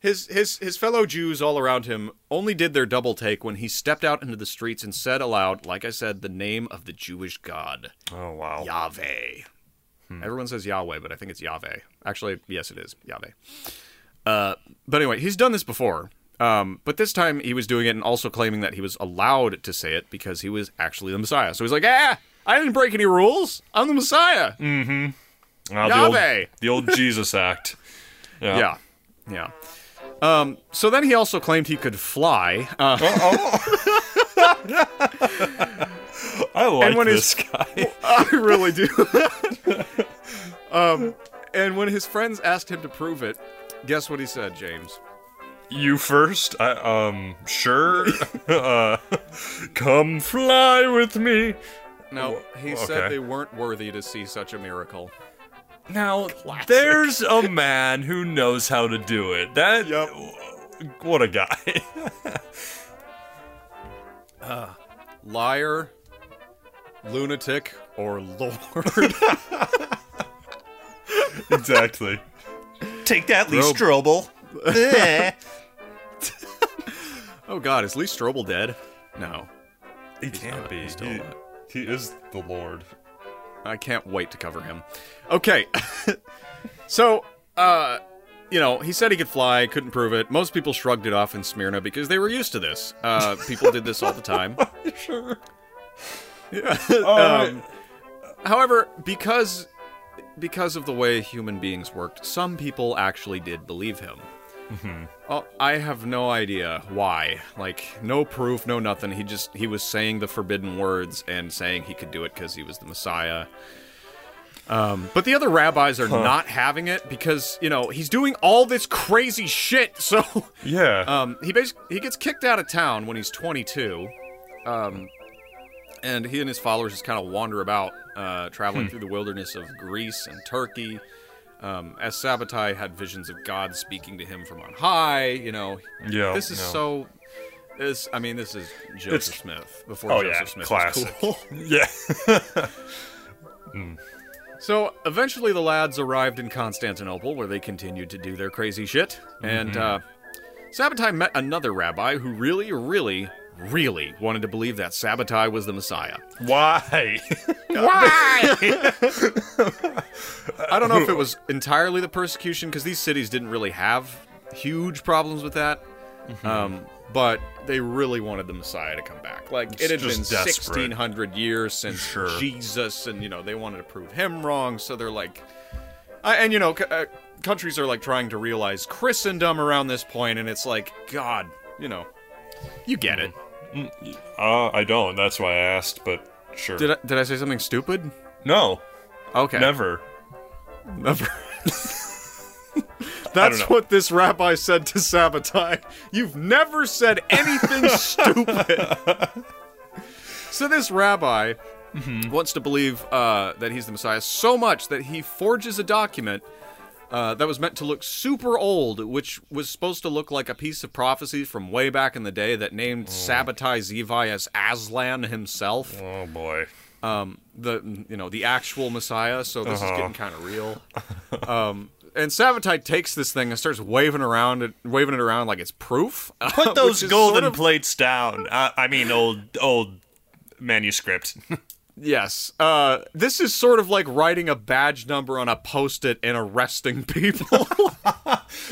Speaker 1: His, his, his fellow Jews all around him only did their double take when he stepped out into the streets and said aloud, like I said, the name of the Jewish God.
Speaker 2: Oh wow.
Speaker 1: Yahweh. Everyone says Yahweh, but I think it's Yahweh. Actually, yes, it is Yahweh. Uh, but anyway, he's done this before. Um, but this time he was doing it and also claiming that he was allowed to say it because he was actually the Messiah. So he's like, ah, I didn't break any rules. I'm the Messiah.
Speaker 2: Ah, the, old,
Speaker 1: Yahweh!
Speaker 2: the old Jesus act. Yeah.
Speaker 1: Yeah. Yeah. Um, so then he also claimed he could fly. Uh,
Speaker 2: I like
Speaker 1: when
Speaker 2: this
Speaker 1: his-
Speaker 2: guy.
Speaker 1: I really do. Um, And when his friends asked him to prove it, guess what he said, James?
Speaker 2: You first? I, um, sure. uh, come fly with me.
Speaker 1: No,
Speaker 2: Wha-
Speaker 1: he said
Speaker 2: okay.
Speaker 1: they weren't worthy to see such a miracle.
Speaker 2: Now, there's a man who knows how to do it. That. What a guy.
Speaker 1: Liar, lunatic, or lord.
Speaker 2: exactly.
Speaker 6: Take that, Lee
Speaker 1: Rob-
Speaker 6: Strobel. Eh.
Speaker 1: oh god, is Lee Strobel dead? No.
Speaker 2: He can't
Speaker 1: not-
Speaker 2: be.
Speaker 1: he's still
Speaker 2: he,
Speaker 1: alive.
Speaker 2: he is the Lord.
Speaker 1: I can't wait to cover him. Okay. so, uh, you know, he said he could fly, couldn't prove it. Most people shrugged it off in Smyrna because they were used to this. Uh, people did this all the time.
Speaker 2: Sure. Oh,
Speaker 1: Yeah.
Speaker 2: Alright.
Speaker 1: Um, however, because because of the way human beings worked, some people actually did believe him. Oh, I have no idea why. Like, no proof, no nothing. He just he was saying the forbidden words and saying he could do it because he was the Messiah. Um, but the other rabbis are not having it because you know he's doing all this crazy shit. So
Speaker 2: Yeah.
Speaker 6: Uh,
Speaker 1: um, he basically he gets kicked out of town when he's 22, um, and he and his followers just kind of wander about, uh, traveling
Speaker 2: Hmm.
Speaker 1: through the wilderness of Greece and Turkey. Um, as Sabbatai had visions of God speaking to him from on high, you know.
Speaker 2: Yeah,
Speaker 1: This is
Speaker 2: yeah.
Speaker 1: so. This, I mean, this is Joseph
Speaker 2: It's-
Speaker 1: Smith before
Speaker 2: oh,
Speaker 1: Joseph
Speaker 2: yeah.
Speaker 1: Smith was
Speaker 2: Classic.
Speaker 1: cool.
Speaker 2: yeah.
Speaker 1: So eventually, the lads arrived in Constantinople, where they continued to do their crazy shit. And uh, Sabbatai met another rabbi who really, really, really wanted to believe that Sabbatai was the Messiah.
Speaker 2: Why?
Speaker 1: I don't know if it was entirely the persecution, because these cities didn't really have huge problems with that. Um, but they really wanted the Messiah to come back. Like it had
Speaker 2: It's
Speaker 1: been
Speaker 2: just desperate.
Speaker 1: 1600 years since
Speaker 2: Sure.
Speaker 1: Jesus, and you know they wanted to prove him wrong. So they're like, I, and you know, c- uh, countries are like trying to realize Christendom around this point, and it's like, God, you know, you get it.
Speaker 2: uh, I don't. That's why I asked, but sure.
Speaker 1: Did I, did I say something stupid?
Speaker 2: No.
Speaker 1: Okay,
Speaker 2: Never.
Speaker 1: Never.
Speaker 2: don't know.
Speaker 1: That's what this rabbi said to Sabbatai. You've never said anything stupid. So this rabbi
Speaker 2: Mm-hmm.
Speaker 1: wants to believe uh, that he's the Messiah so much that he forges a document uh, that was meant to look super old, which was supposed to look like a piece of prophecy from way back in the day that named Sabbatai Zevi as Aslan himself,
Speaker 2: Oh boy.
Speaker 1: the you know the actual Messiah. So this is
Speaker 6: Uh-huh.
Speaker 1: getting kind of real. Um, And Savatite takes this thing and starts waving around it, waving it around like it's proof.
Speaker 6: Put
Speaker 1: which
Speaker 6: those
Speaker 1: is
Speaker 6: golden
Speaker 1: sort of-
Speaker 6: plates down. Uh, I mean, old old manuscript.
Speaker 1: yes, uh, this is sort of like writing a badge number on a post-it and arresting people.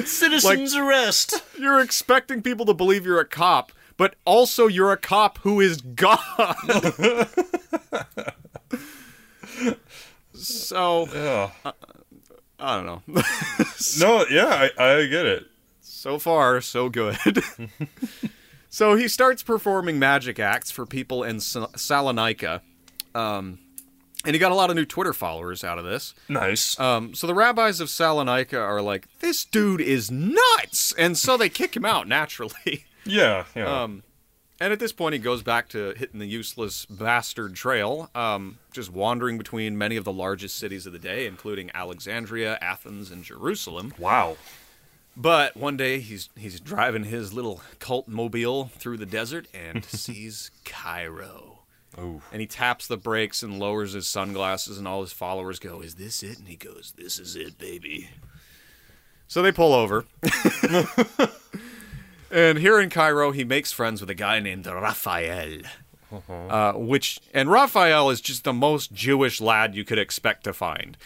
Speaker 6: Citizens arrest.
Speaker 1: you're expecting people to believe you're a cop, but also you're a cop who is God. so
Speaker 2: Yeah.
Speaker 1: I don't know.
Speaker 2: No. Yeah. I, I get it.
Speaker 1: So far, so good. so he starts performing magic acts for people in Sa- Salonika. Um, and he got a lot of new Twitter followers out of this.
Speaker 2: Nice.
Speaker 1: Um, so the rabbis of Salonika are like, this dude is nuts! And so they kick him out naturally.
Speaker 2: yeah. Yeah.
Speaker 1: And at this point, he goes back to hitting the useless bastard trail, um, just wandering between many of the largest cities of the day, including Alexandria, Athens, and Jerusalem.
Speaker 2: wow.
Speaker 1: But one day he's he's driving his little cult mobile through the desert and sees Cairo.
Speaker 2: Oh.
Speaker 1: And he taps the brakes and lowers his sunglasses, and all his followers go, "Is this it?" And he goes, "This is it, baby." So they pull over. and here in Cairo, he makes friends with a guy named Raphael. Uh, which and Raphael is just the most Jewish lad you could expect to find.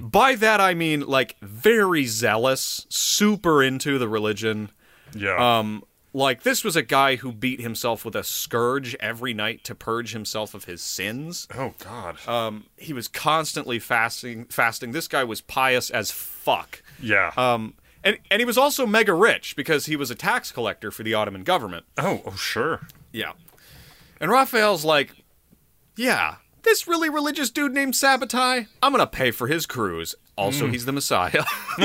Speaker 1: By that I mean like very zealous, super into the religion.
Speaker 2: Yeah.
Speaker 1: Um, like this was a guy who beat himself with a scourge every night to purge himself of his sins.
Speaker 2: oh God.
Speaker 1: He was constantly fasting. Fasting. This guy was pious as fuck.
Speaker 2: yeah.
Speaker 1: Um, and and he was also mega rich because he was a tax collector for the Ottoman government.
Speaker 2: oh. Oh. Sure.
Speaker 1: Yeah. And Raphael's like, yeah, this really religious dude named Sabbatai, I'm going to pay for his cruise. Also, he's the Messiah.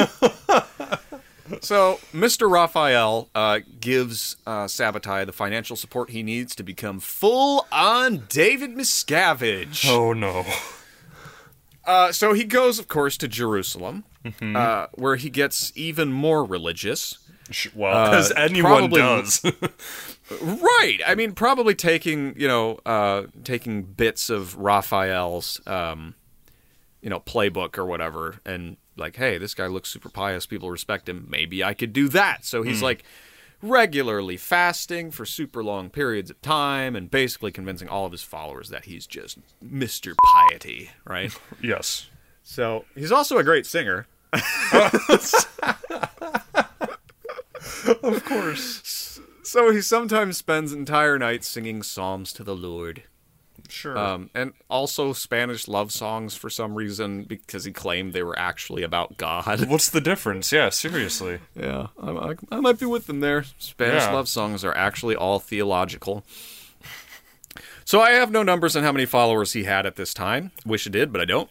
Speaker 1: so, Mr. Raphael uh, gives uh, Sabbatai the financial support he needs to become full on David Miscavige.
Speaker 2: Oh no.
Speaker 1: Uh, so he goes, of course, to Jerusalem, uh, where he gets even more religious.
Speaker 2: Sh- Well, as anyone
Speaker 1: probably-
Speaker 2: does.
Speaker 1: Right. I mean, probably taking you know uh, taking bits of Raphael's um, you know playbook or whatever, and like, hey, this guy looks super pious. People respect him. Maybe I could do that. So he's like regularly fasting for super long periods of time and basically convincing all of his followers that he's just Mr. Piety, right?
Speaker 2: yes.
Speaker 1: So he's also a great singer. of course. So he sometimes spends entire nights singing psalms to the Lord.
Speaker 2: Sure.
Speaker 1: Um, and also Spanish love songs for some reason because he claimed they were actually about God.
Speaker 2: What's the difference? Yeah, seriously.
Speaker 1: Yeah, I, I, I might be with them there. Spanish
Speaker 2: Yeah.
Speaker 1: love songs are actually all theological. So I have no numbers on how many followers he had at this time. Wish I did, but I don't.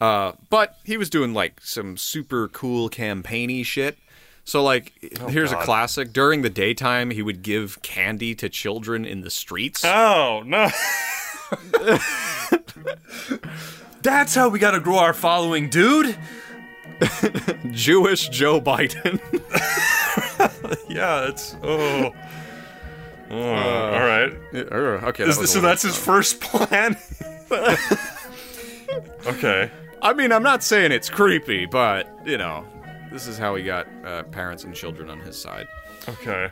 Speaker 1: Uh, but he was doing like some super cool campaigny shit. So like, here's a classic. During the daytime, he would give candy to children in the streets.
Speaker 2: Oh no. That's how we gotta grow our following, dude.
Speaker 1: Jewish Joe Biden.
Speaker 2: Yeah, it's oh. Oh, all right.
Speaker 1: okay,
Speaker 2: Is this- so that's his first plan. okay.
Speaker 1: I mean, I'm not saying it's creepy, but you know, this is how he got uh, parents and children on his side.
Speaker 2: Okay.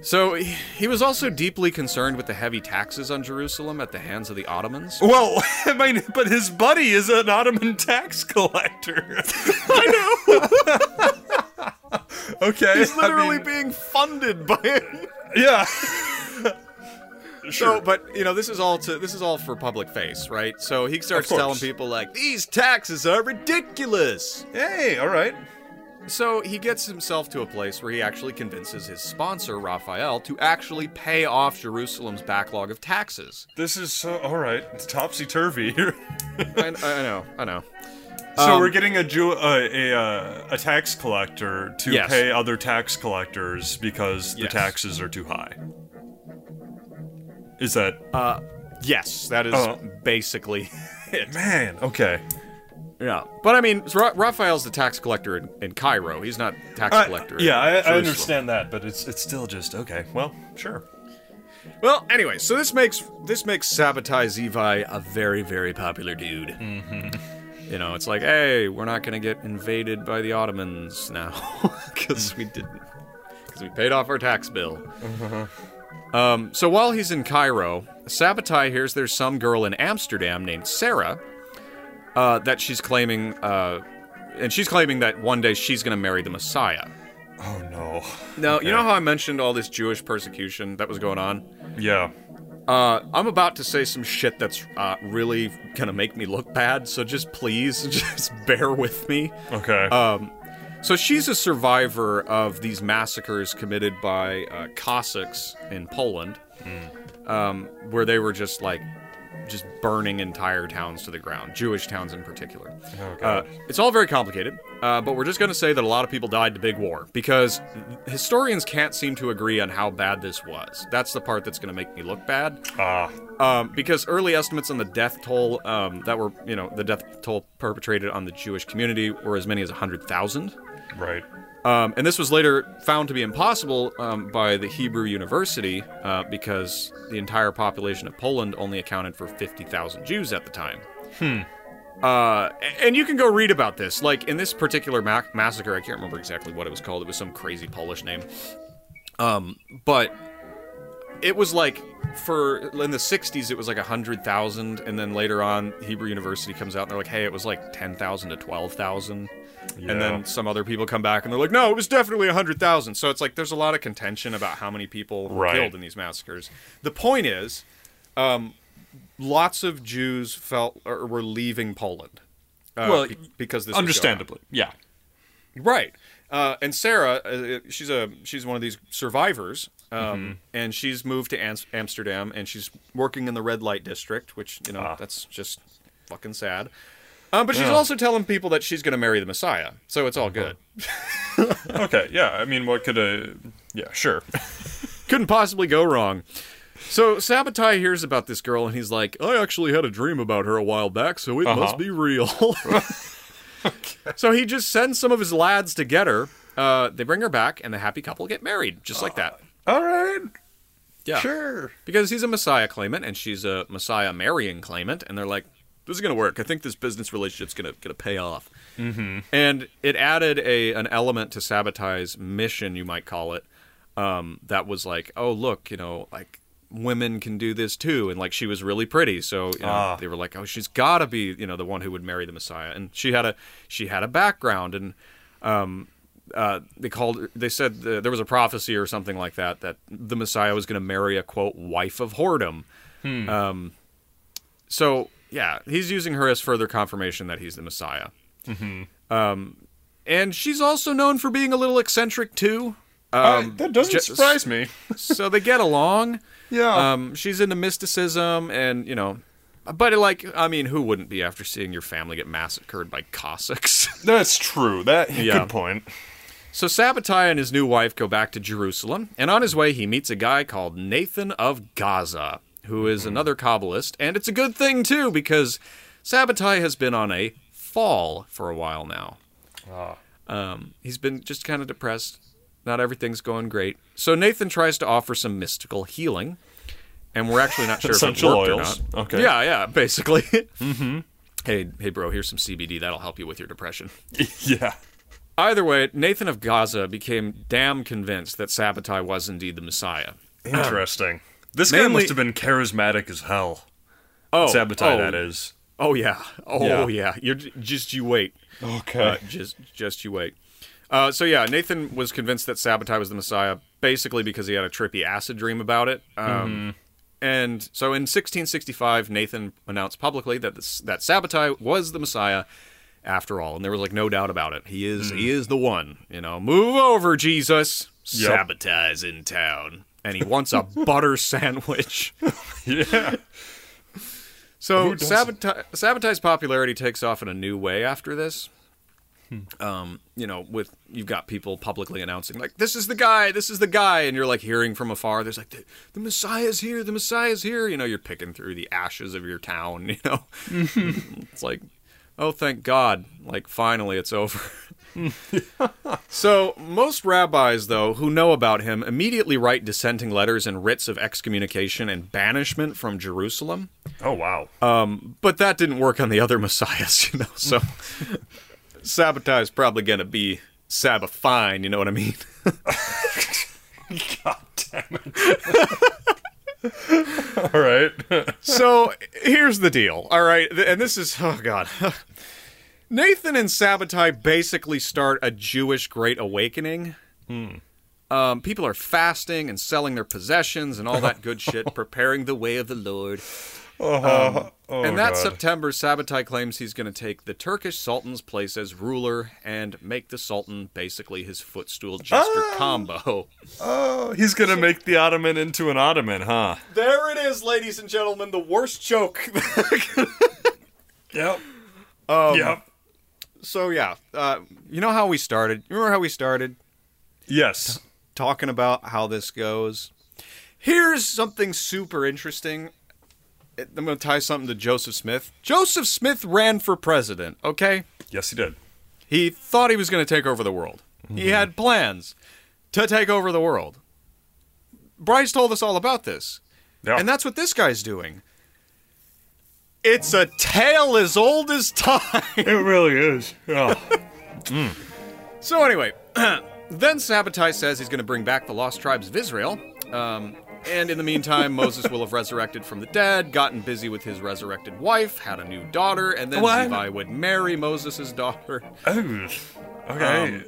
Speaker 1: So he he was also deeply concerned with the heavy taxes on Jerusalem at the hands of the Ottomans.
Speaker 2: Well, I mean, but his buddy is an Ottoman tax collector. I know. okay.
Speaker 1: He's literally
Speaker 2: I mean,
Speaker 1: being funded by him.
Speaker 2: yeah.
Speaker 1: So, but you know, this is all to this is all for public face, right? So he starts
Speaker 2: course.
Speaker 1: telling people like these taxes are ridiculous.
Speaker 2: Hey, all right.
Speaker 1: So he gets himself to a place where he actually convinces his sponsor Raphael to actually pay off Jerusalem's backlog of taxes.
Speaker 2: This is so all right. It's topsy turvy. so
Speaker 1: I, I know, I know. Um,
Speaker 2: we're getting a Jew, uh, a uh, a tax collector to
Speaker 1: Yes.
Speaker 2: pay other tax collectors because the
Speaker 1: Yes.
Speaker 2: taxes are too high. Is that
Speaker 1: Uh, Yes, that is
Speaker 2: Oh.
Speaker 1: basically
Speaker 2: man? Okay.
Speaker 1: Yeah, but I mean, Ra- Raphael's the tax collector in, in Cairo. He's not tax
Speaker 2: Uh,
Speaker 1: collector. in
Speaker 2: yeah, I, I
Speaker 1: Jerusalem.
Speaker 2: understand that, but it's it's still just okay. Well, sure.
Speaker 1: Well, anyway, so this makes this makes Sabbatai Zevi a very very popular dude. Mm-hmm. You know, it's like, hey, we're not gonna get invaded by the Ottomans now because we didn't because we paid off our tax bill. Um, so while he's in Cairo, Sabbatai hears there's some girl in Amsterdam named Sarah uh, that she's claiming, uh, and she's claiming that one day she's gonna marry the Messiah.
Speaker 2: Oh no.
Speaker 1: Now, you know how I mentioned all this Jewish persecution that was going on?
Speaker 2: Yeah.
Speaker 1: Uh, I'm about to say some shit that's uh, really gonna make me look bad, so just please, just bear with me.
Speaker 2: Okay.
Speaker 1: Uh, So she's a survivor of these massacres committed by uh, Cossacks in Poland, um, where they were just like just burning entire towns to the ground, Jewish towns in particular. Uh,
Speaker 2: God.
Speaker 1: it's all very complicated, uh, but we're just going to say that a lot of people died to big war because historians can't seem to agree on how bad this was. That's the part that's going to make me look bad
Speaker 2: Ah.
Speaker 1: um, because early estimates on the death toll um, that were, you know, the death toll perpetrated on the Jewish community were as many as 100,000.
Speaker 2: right.
Speaker 1: Um, and this was later found to be impossible um, by the Hebrew University uh, because the entire population of Poland only accounted for 50,000 Jews at the time. Hmm. Uh, a- and you can go read about this. Like in this particular ma- massacre, I can't remember exactly what it was called. It was some crazy Polish name. Um, but it was like for in the 60s it was like 100,000 and then later on Hebrew University comes out and they're like hey it was like 10,000 to 12,000
Speaker 2: Yeah.
Speaker 1: and then some other people come back and they're like no it was definitely 100,000 so it's like there's a lot of contention about how many people were
Speaker 2: Right.
Speaker 1: killed in these massacres the point is um, lots of Jews felt or were leaving Poland uh,
Speaker 2: Well,
Speaker 1: be- because this was going on.
Speaker 2: Understandably. Yeah.
Speaker 1: Right. Uh, and Sarah, uh, she's a she's one of these survivors, Um, And she's moved to Ans- Amsterdam, and she's working in the red light district, which you know that's just fucking sad. Um, but she's also telling people that she's going to marry the Messiah, so it's all good.
Speaker 2: Okay, yeah. I mean, what could a yeah, sure.
Speaker 1: Couldn't possibly go wrong. So Sabbatai hears about this girl, and he's like, "I actually had a dream about her a while back, so it must be real." So he just sends some of his lads to get her. Uh, they bring her back, and the happy couple get married, just like that.
Speaker 2: All right,
Speaker 1: Uh, Yeah.
Speaker 2: sure.
Speaker 1: Because he's a Messiah claimant and she's a Messiah marrying claimant, and they're like, "This is gonna work. I think this business relationship's gonna gonna pay off." Mm-hmm. And it added a an element to Sabbatai's mission, you might call it, um, that was like, "Oh look, you know, like women can do this too," and like she was really pretty, so you know, they were like, "Oh, she's gotta be you know the one who would marry the Messiah," and she had a she had a background and uh, they called they said uh, there was a prophecy or something like that that the messiah was going to marry a quote wife of whoredom um, so yeah he's using her as further confirmation that he's the messiah um, and she's also known for being a little eccentric too
Speaker 2: Oh,
Speaker 1: um,
Speaker 2: that doesn't
Speaker 1: just-
Speaker 2: surprise me.
Speaker 1: so they get along
Speaker 2: Yeah.
Speaker 1: um, she's into mysticism and you know but like i mean who wouldn't be after seeing your family get massacred by cossacks
Speaker 2: That's true. That
Speaker 1: Yeah.
Speaker 2: good point.
Speaker 1: So Sabbatai and his new wife go back to Jerusalem, and on his way he meets a guy called Nathan of Gaza, who
Speaker 2: Mm-hmm.
Speaker 1: is another Kabbalist, and it's a good thing too because Sabbatai has been on a fall for a while now.
Speaker 2: Ah.
Speaker 1: Um, he's been just kind of depressed. Not everything's going great. So Nathan tries to offer some mystical healing, and we're actually not sure if it worked
Speaker 2: Essential
Speaker 1: or
Speaker 2: oils.
Speaker 1: not.
Speaker 2: Okay.
Speaker 1: Yeah, yeah, basically. mm-hmm. Hey, hey, bro, here's some CBD that'll help you with your depression.
Speaker 2: Yeah.
Speaker 1: Either way, Nathan of Gaza became damn convinced that Sabbatai was indeed the Messiah.
Speaker 2: Interesting. This guy
Speaker 1: Mainly-
Speaker 2: must have been charismatic as hell.
Speaker 1: Oh,
Speaker 2: Sabotage
Speaker 1: oh,
Speaker 2: that is.
Speaker 1: Oh yeah, oh
Speaker 2: Yeah.
Speaker 1: yeah. You're j- just you wait,
Speaker 2: Okay.
Speaker 1: uh, just just you wait. Uh, so yeah, Nathan was convinced that Sabbatai was the Messiah, basically because he had a trippy acid dream about it. Um, And so in 1665, Nathan announced publicly that this, that Sabbatai was the Messiah after all, and there was like no doubt about it. He is he is the one. You know, move over, Jesus.
Speaker 2: Yep.
Speaker 1: Sabatai's in town, and he wants a butter sandwich.
Speaker 2: yeah.
Speaker 1: So Sabbatai, Sabbatai's popularity takes off in a new way after this. Um, you know, with you've got people publicly announcing like, "This is the guy, this is the guy," and you're like hearing from afar. There's like, "The, the Messiah's here, the Messiah's here." You know, you're picking through the ashes of your town. You know, it's like, oh, thank God, like finally it's over. So, most rabbis, though, who know about him immediately write dissenting letters and writs of excommunication and banishment from Jerusalem
Speaker 2: Oh wow.
Speaker 1: Uh, but that didn't work on the other messiahs, you know. So Sabbatai's probably gonna be Sabafine, you know what I mean?
Speaker 2: All right.
Speaker 1: so here's the deal, all right, Th- and this is oh god. Nathan and Sabbatai basically start a Jewish Great Awakening. Um, people are fasting and selling their possessions and all that good shit, preparing the way of the Lord. Uh-huh. Um, and that September, Sabbatai claims he's going to take the Turkish Sultan's place as ruler and make the Sultan basically his footstool jester combo.
Speaker 2: oh, he's gonna make the ottoman into an ottoman, huh?
Speaker 1: There it is, ladies and gentlemen, the worst joke.
Speaker 2: Yep.
Speaker 1: Um,
Speaker 2: yep.
Speaker 1: so, yeah, uh, you know how we started? You remember how we started
Speaker 2: Yes.
Speaker 1: talking about how this goes? Here's something super interesting. It- I'm going to tie something to Joseph Smith. Joseph Smith ran for president, okay?
Speaker 2: Yes, he did.
Speaker 1: He thought he was going to take over the world. He had plans to take over the world. Bryce told us all about this.
Speaker 2: Yeah.
Speaker 1: And that's what this guy's doing. It's a tale as old as time.
Speaker 2: it really is. Yeah.
Speaker 1: so, anyway, then Sabbatai says he's going to bring back the lost tribes of Israel. Um, and in the meantime, Moses will have resurrected from the dead, gotten busy with his resurrected wife, had a new daughter, and then
Speaker 2: What?
Speaker 1: Levi would marry Moses' daughter.
Speaker 2: oh. Okay.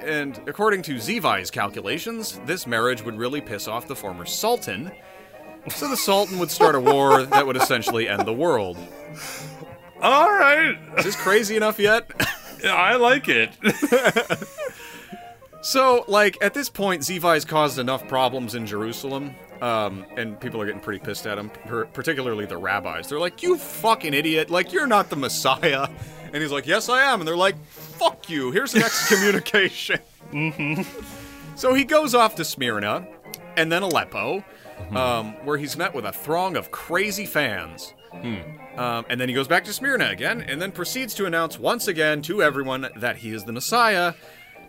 Speaker 1: And according to Zevi's calculations, this marriage would really piss off the former Sultan. So the Sultan would start a war that would essentially end the world.
Speaker 2: All right.
Speaker 1: Is this crazy enough yet?
Speaker 2: I like it.
Speaker 1: So, like, at this point, Zevi's caused enough problems in Jerusalem, um, and people are getting pretty pissed at him, per- particularly the rabbis. They're like, You fucking idiot. Like, you're not the Messiah. And he's like, Yes, I am. And they're like, Fuck you. Here's an excommunication. So he goes off to Smyrna and then Aleppo,
Speaker 2: Mm-hmm.
Speaker 1: um, where he's met with a throng of crazy fans.
Speaker 2: Hmm.
Speaker 1: Um, and then he goes back to Smyrna again and then proceeds to announce once again to everyone that he is the Messiah.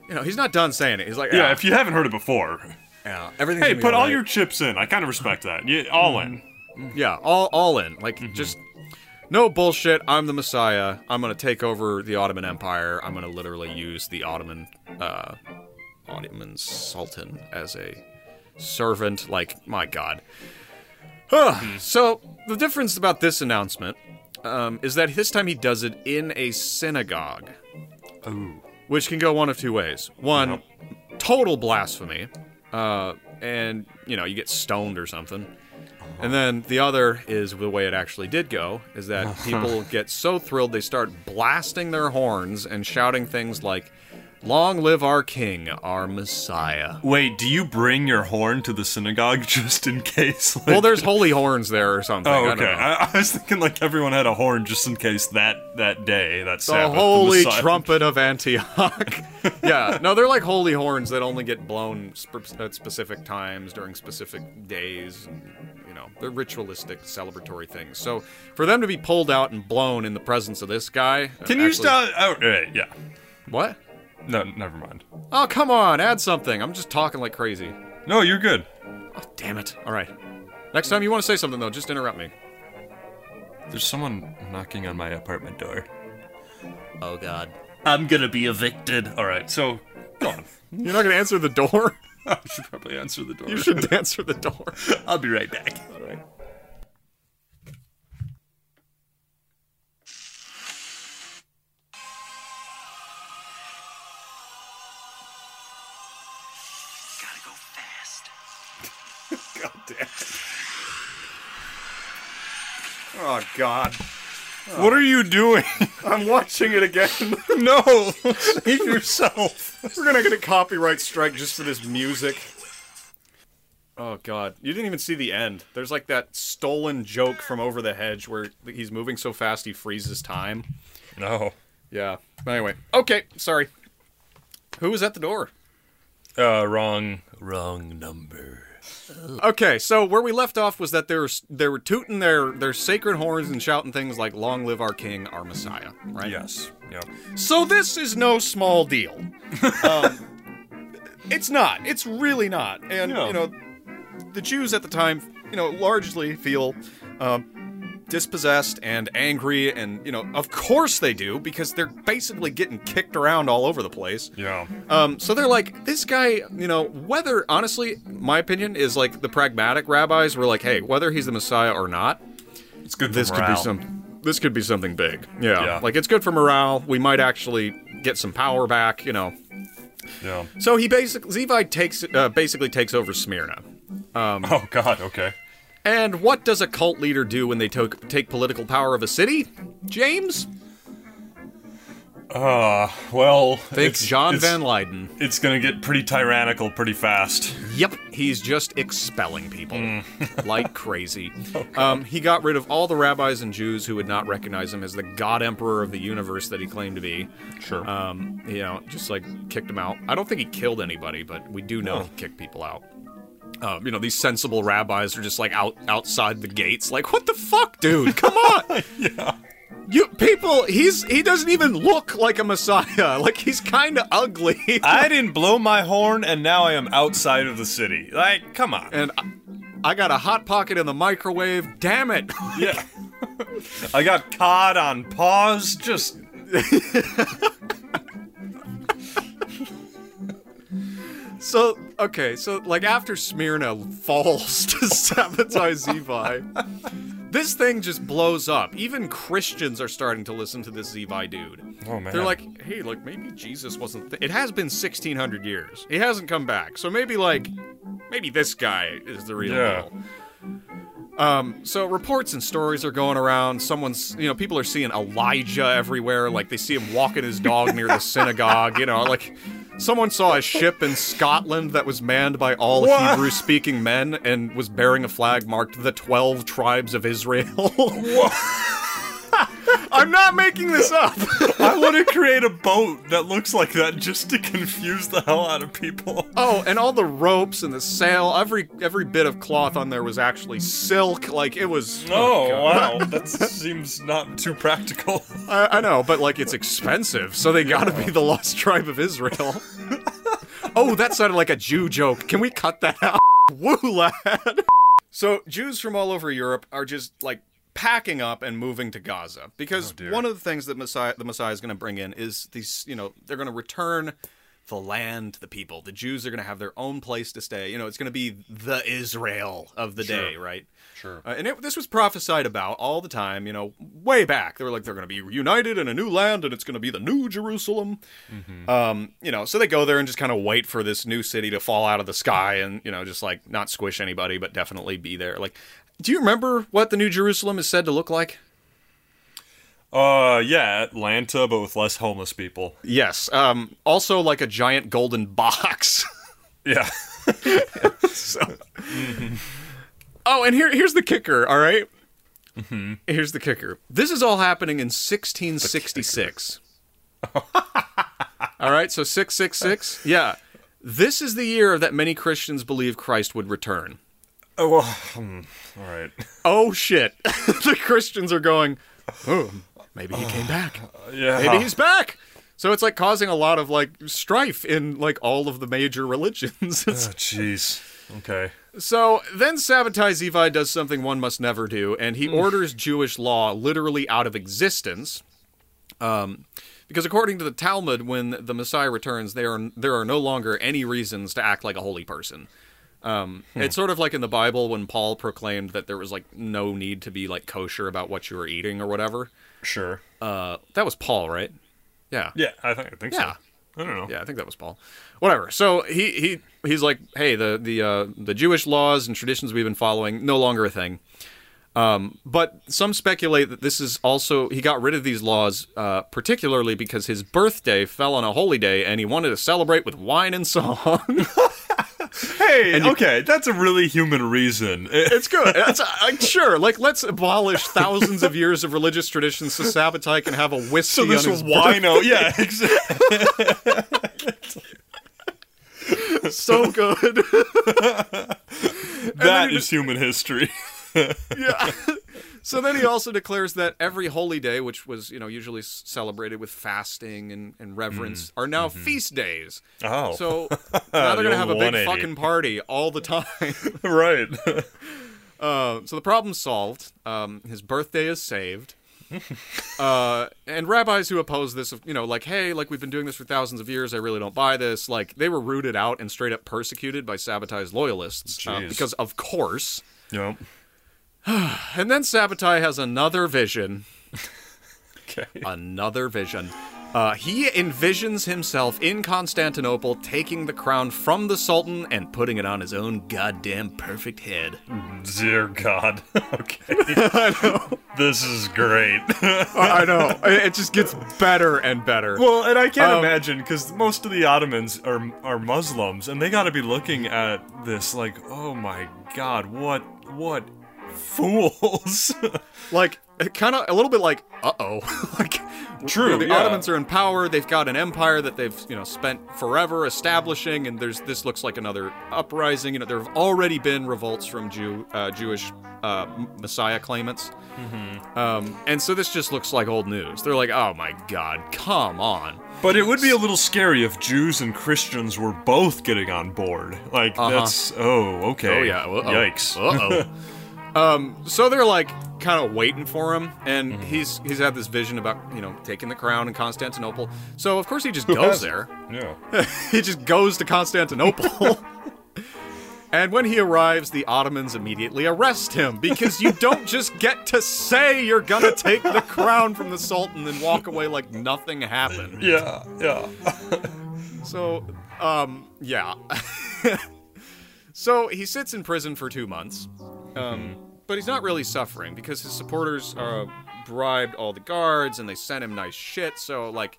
Speaker 1: You know, he's not done saying it. He's like,
Speaker 2: Yeah,
Speaker 1: "Ah,
Speaker 2: if you haven't heard it before,
Speaker 1: yeah, everything's
Speaker 2: hey,
Speaker 1: gonna be
Speaker 2: put all
Speaker 1: right."
Speaker 2: your chips in. I kind of respect that. Yeah, all in.
Speaker 1: Yeah, all all in. Like just no bullshit. I'm the Messiah. I'm gonna take over the Ottoman Empire. I'm gonna literally use the Ottoman uh, Ottoman Sultan as a servant. Like my God. Huh. So the difference about this announcement um, is that this time he does it in a synagogue,
Speaker 2: Ooh.
Speaker 1: which can go one of two ways. One, total blasphemy, uh, and you know you get stoned or something. And then the other is the way it actually did go is that people get so thrilled they start blasting their horns and shouting things like, Long live our king, our messiah.
Speaker 2: Wait, do you bring your horn to the synagogue just in case? Like,
Speaker 1: Well, there's holy horns there or something. I
Speaker 2: Oh,
Speaker 1: don't
Speaker 2: okay.
Speaker 1: know.
Speaker 2: I, I was thinking like everyone had a horn just in case that that day, that
Speaker 1: The
Speaker 2: Sabbath.
Speaker 1: holy
Speaker 2: Messiah-
Speaker 1: trumpet of Antioch. yeah, no, they're like holy horns that only get blown sp- at specific times during specific days. And, you know, they're ritualistic, celebratory things. So for them to be pulled out and blown in the presence of this guy.
Speaker 2: Can you
Speaker 1: actually-
Speaker 2: stop? Oh, wait, yeah.
Speaker 1: What?
Speaker 2: No, never mind.
Speaker 1: Oh, come on, add something. I'm just talking like crazy.
Speaker 2: No, you're good.
Speaker 1: Oh, damn it. All right. Next time you want to say something, though, just interrupt me.
Speaker 2: There's someone knocking on my apartment door.
Speaker 5: Oh, God.
Speaker 6: I'm gonna be evicted.
Speaker 2: All right, so go on.
Speaker 1: You're not going to answer the door?
Speaker 2: I should probably answer the door.
Speaker 1: you should answer the door.
Speaker 6: I'll be right back.
Speaker 7: Gotta go fast.
Speaker 1: Oh, God.
Speaker 2: What are you doing?
Speaker 1: I'm watching it again.
Speaker 2: no, save yourself.
Speaker 1: We're going to get a copyright strike just for this music. Oh, God. You didn't even see the end. There's like that stolen joke from over the hedge where he's moving so fast he freezes time.
Speaker 2: No.
Speaker 1: Yeah. Anyway. Okay. Sorry. Who was at the door?
Speaker 2: Uh, wrong, wrong number.
Speaker 1: Okay, so where we left off was that they were they were tooting their their sacred horns and shouting things like "Long live our king, our Messiah," right?
Speaker 2: Yes. Yeah.
Speaker 1: So this is no small deal. um, it's not. It's really not. And
Speaker 2: No.
Speaker 1: you know, the Jews at the time, you know, largely feel um, dispossessed and angry, and you know, of course they do because they're basically getting kicked around all over the place.
Speaker 2: Yeah.
Speaker 1: Um, so they're like, this guy, you know, whether, honestly, my opinion is like the pragmatic rabbis were like, hey, whether he's the Messiah or not,
Speaker 2: It's good.
Speaker 1: this
Speaker 2: for
Speaker 1: could be
Speaker 2: morale.
Speaker 1: some, this could be something big. Yeah.
Speaker 2: Yeah.
Speaker 1: Like it's good for morale. We might actually get some power back, you know.
Speaker 2: Yeah.
Speaker 1: So he basically, Zevi takes, uh, basically takes over Smyrna.
Speaker 2: Oh God. Okay.
Speaker 1: And what does a cult leader do when they to- take political power of a city? James?
Speaker 2: Uh, well,
Speaker 1: Think
Speaker 2: it's-
Speaker 1: John
Speaker 2: it's-
Speaker 1: Van Leyden.
Speaker 2: It's gonna get pretty tyrannical pretty fast.
Speaker 1: Yep, he's just expelling people like crazy. Um, he got rid of all the rabbis and Jews who would not recognize him as the God Emperor of the universe that he claimed to be.
Speaker 2: Sure.
Speaker 1: Um, you know, just like kicked him out. I don't think he killed anybody, but we do know he kicked people out. Um, you know, these sensible rabbis are just like out outside the gates, like, what the fuck, dude? Come on. You people, he's he doesn't even look like a messiah. Like he's kind of ugly.
Speaker 2: I didn't blow my horn, and now I am outside of the city. Like, come on.
Speaker 1: and I, I got a hot pocket in the microwave. Damn it!
Speaker 2: Yeah. I got cod on pause. Just
Speaker 1: So okay, so like after Smyrna falls to sabotage Zevi, this thing just blows up. Even Christians are starting to listen to this Zevi dude.
Speaker 2: Oh, man.
Speaker 1: They're like, hey, look, maybe Jesus wasn't. Th- it has been 1,600 years. He hasn't come back. So maybe like, maybe this guy is the real
Speaker 2: Yeah.
Speaker 1: deal. So reports and stories are going around. Someone's, you know, people are seeing Elijah everywhere. Like they see him walking his dog near the synagogue. You know, like Someone saw a ship in Scotland that was manned by all
Speaker 2: What?
Speaker 1: Hebrew speaking men and was bearing a flag marked the 12 tribes of Israel. I'm not making this up.
Speaker 2: I want to create a boat that looks like that just to confuse the hell out of people.
Speaker 1: Oh, and all the ropes and the sail, every every bit of cloth on there was actually silk. Like it was
Speaker 2: Oh, wow. That seems not too practical.
Speaker 1: I, I know, but like it's expensive, so they gotta be the lost tribe of Israel. oh, that sounded like a Jew joke. Can we cut that out? Woo, lad. So Jews from all over Europe are just like packing up and moving to Gaza because one of the things that Messiah, the Messiah is going to bring in is these. You know, they're going to return the land to the people. The Jews are going to have their own place to stay. You know, it's going to be the Israel of the day, right? Sure. Uh, and it, this was prophesied about all the time. You know, way back they were like they're going to be reunited in a new land, and it's going to be the new Jerusalem. Um, you know, so they go there and just kind of wait for this new city to fall out of the sky and, you know, just like not squish anybody, but definitely be there. Like, do you remember what the New Jerusalem is said to look like?
Speaker 2: Uh, yeah, Atlanta, but with less homeless people.
Speaker 1: Yes. Um, also, like a giant golden box.
Speaker 2: Yeah.
Speaker 1: oh, and here, here's the kicker, all right? Here's the kicker. This is all happening in 1666. all right, so 666. Yeah. This is the year that many Christians believe Christ would return.
Speaker 2: Oh, well, hmm, all right.
Speaker 1: oh shit the christians are going oh maybe he came back
Speaker 2: Yeah.
Speaker 1: maybe he's back so it's like causing a lot of like strife in like all of the major religions It's-
Speaker 2: Oh, Jeez. Okay.
Speaker 1: so then Sabbatai Zevi does something one must never do, and he orders Jewish law literally out of existence. Um, because according to the Talmud, when the Messiah returns, there are, there are no longer any reasons to act like a holy person. Um, It's sort of like in the Bible when Paul proclaimed that there was like no need to be like kosher about what you were eating or whatever.
Speaker 2: Sure.
Speaker 1: Uh, that was Paul, right? Yeah.
Speaker 2: yeah, I think I think
Speaker 1: Yeah.
Speaker 2: so. I don't know.
Speaker 1: Yeah, I think that was Paul. Whatever. So he he he's like, hey, the the uh, the Jewish laws and traditions we've been following no longer a thing. Um, but some speculate that this is also he got rid of these laws, uh, particularly because his birthday fell on a holy day and he wanted to celebrate with wine and song.
Speaker 2: Hey, okay, that's a really human reason. It-
Speaker 1: it's good. It's, uh, like, sure, like let's abolish thousands of years of religious traditions so Sabbatai can have a whiskey
Speaker 2: so this
Speaker 1: on his
Speaker 2: wino, yeah, exactly.
Speaker 1: birth- So good.
Speaker 2: that is human history.
Speaker 1: So then he also declares that every holy day, which was you know usually s- celebrated with fasting and, and reverence, are now feast days.
Speaker 2: Mm-hmm. Oh,
Speaker 1: So now
Speaker 2: The
Speaker 1: they're gonna have a
Speaker 2: old
Speaker 1: big
Speaker 2: 180.
Speaker 1: fucking party all the time.
Speaker 2: right.
Speaker 1: Um, so the problem's solved. Um, his birthday is saved. uh, and rabbis who oppose this, you know, like, hey, like we've been doing this for thousands of years. I really don't buy this. Like they were rooted out and straight up persecuted by Sabbatai's loyalists uh,
Speaker 2: Jeez.
Speaker 1: because, of course.
Speaker 2: yep.
Speaker 1: And then Sabbatai has another vision.
Speaker 2: Okay.
Speaker 1: another vision. Uh, he envisions himself in Constantinople taking the crown from the Sultan and putting it on his own goddamn perfect head.
Speaker 2: Oh, Dear God. Okay. This is great.
Speaker 1: I know. It just gets better and better.
Speaker 2: well, and I can't
Speaker 1: Um,
Speaker 2: imagine because most of the Ottomans are are Muslims, and they got to be looking at this like, oh my God, what what fools.
Speaker 1: like, kind of a little bit like, uh oh. like,
Speaker 2: True,
Speaker 1: you know, the
Speaker 2: yeah.
Speaker 1: Ottomans are in power. They've got an empire that they've, you know, spent forever establishing, and there's this looks like another uprising. You know, there have already been revolts from Jew, uh, Jewish uh, m- Messiah claimants.
Speaker 2: Mm-hmm.
Speaker 1: Um, and so this just looks like old news. They're like, oh my god, come on.
Speaker 2: But it would be a little scary if Jews and Christians were both getting on board. Like that's Uh-huh. oh okay. Yikes.
Speaker 1: Uh oh. um, so they're like kind of waiting for him,
Speaker 2: Mm-hmm.
Speaker 1: and he's he's had this vision about you know taking the crown in Constantinople. So of course he just goes there.
Speaker 2: Yeah.
Speaker 1: he just goes to Constantinople. And when he arrives, the Ottomans immediately arrest him because you don't just get to say you're gonna take the crown from the Sultan and walk away like nothing happened.
Speaker 2: Yeah. Yeah.
Speaker 1: So, um, yeah. so he sits in prison for two months, um, but he's not really suffering because his supporters uh, bribed all the guards and they sent him nice shit. So like,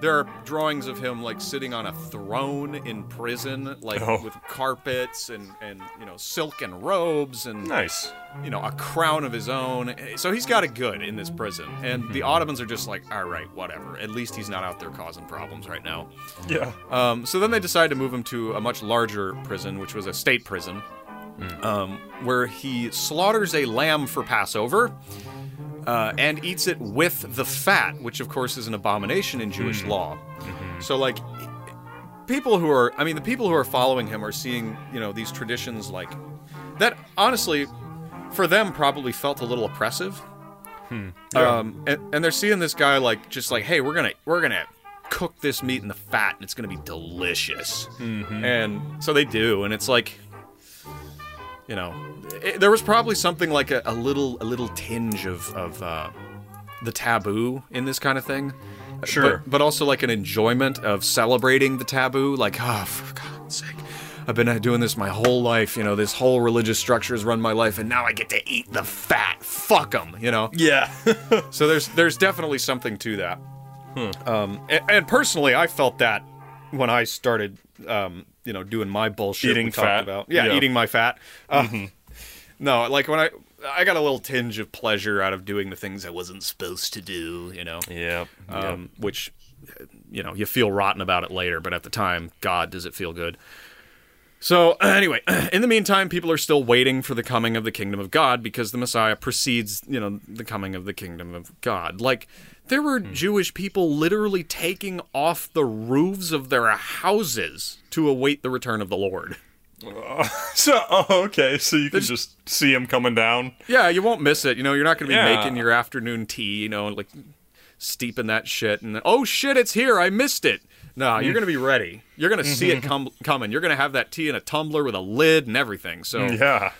Speaker 1: there are drawings of him like sitting on a throne in prison, like
Speaker 2: Oh.
Speaker 1: with carpets and and you know silk and robes and
Speaker 2: Nice.
Speaker 1: you know, a crown of his own. So he's got it good in this prison. And the Ottomans are just like, all right, whatever. At least he's not out there causing problems right now.
Speaker 2: Yeah.
Speaker 1: Um, so then they decide to move him to a much larger prison, which was a state prison, um, where he slaughters a lamb for Passover. Uh, and eats it with the fat, which of course is an abomination in Jewish law. So, like, people who are, I mean, the people who are following him are seeing, you know, these traditions like that, honestly, for them probably felt a little oppressive. Um, and, and they're seeing this guy like just like, hey, we're gonna we're gonna cook this meat in the fat, and it's gonna be delicious. And so they do, and it's like, you know, it, there was probably something like a, a little a little tinge of of uh, the taboo in this kind of thing.
Speaker 2: Sure.
Speaker 1: But, but also like an enjoyment of celebrating the taboo. Like, ah, for God's sake. I've been uh, doing this my whole life, you know. This whole religious structure has run my life, and now I get to eat the fat. Fuck them, you know.
Speaker 2: Yeah.
Speaker 1: So there's there's definitely something to that.
Speaker 2: Hmm.
Speaker 1: Um, and, and personally, I felt that when I started, um, you know, doing my bullshit.
Speaker 2: Eating
Speaker 1: we talked
Speaker 2: fat.
Speaker 1: About. Yeah,
Speaker 2: Yeah. Mm-hmm.
Speaker 1: eating my fat. Uh, No, like when I I got a little tinge of pleasure out of doing the things I wasn't supposed to do. You know.
Speaker 2: yeah.
Speaker 1: Um, Which, you know, you feel rotten about it later, but at the time, God, does it feel good. So, anyway, in the meantime, people are still waiting for the coming of the kingdom of God because the Messiah precedes, you know, the coming of the kingdom of God. Like, there were Jewish people literally taking off the roofs of their houses to await the return of the Lord.
Speaker 2: So oh, okay, so you can just see him coming down.
Speaker 1: Yeah, you won't miss it. You know, you're not going to be
Speaker 2: Yeah.
Speaker 1: making your afternoon tea, you know, like steeping that shit. And oh shit, it's here. I missed it. No, you're going to be ready. You're going to see it come coming. You're going to have that tea in a tumbler with a lid and everything. So
Speaker 2: Yeah.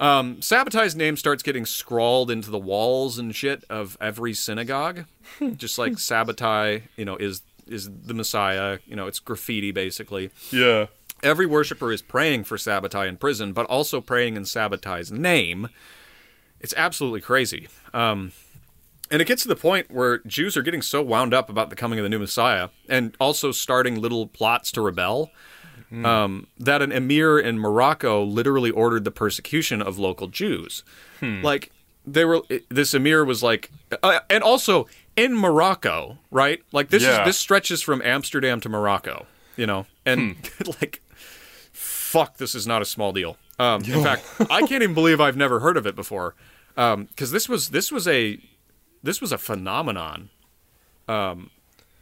Speaker 1: Sabbatai's name starts getting scrawled into the walls and shit of every synagogue. Just like Sabbatai, you know, is is the Messiah. You know, it's graffiti basically.
Speaker 2: Yeah.
Speaker 1: Every worshiper is praying for Sabbatai in prison, but also praying in Sabbatai's name. It's absolutely crazy. Um, and it gets to the point where Jews are getting so wound up about the coming of the new Messiah and also starting little plots to rebel um, that an emir in Morocco literally ordered the persecution of local Jews. Like, they were, it- this emir was like, uh, and also in Morocco, right? Like, this
Speaker 2: Yeah.
Speaker 1: is, this stretches from Amsterdam to Morocco, you know? And like, fuck, this is not a small deal. Um, in fact, I can't even believe I've never heard of it before, because this was this was a this was a phenomenon um,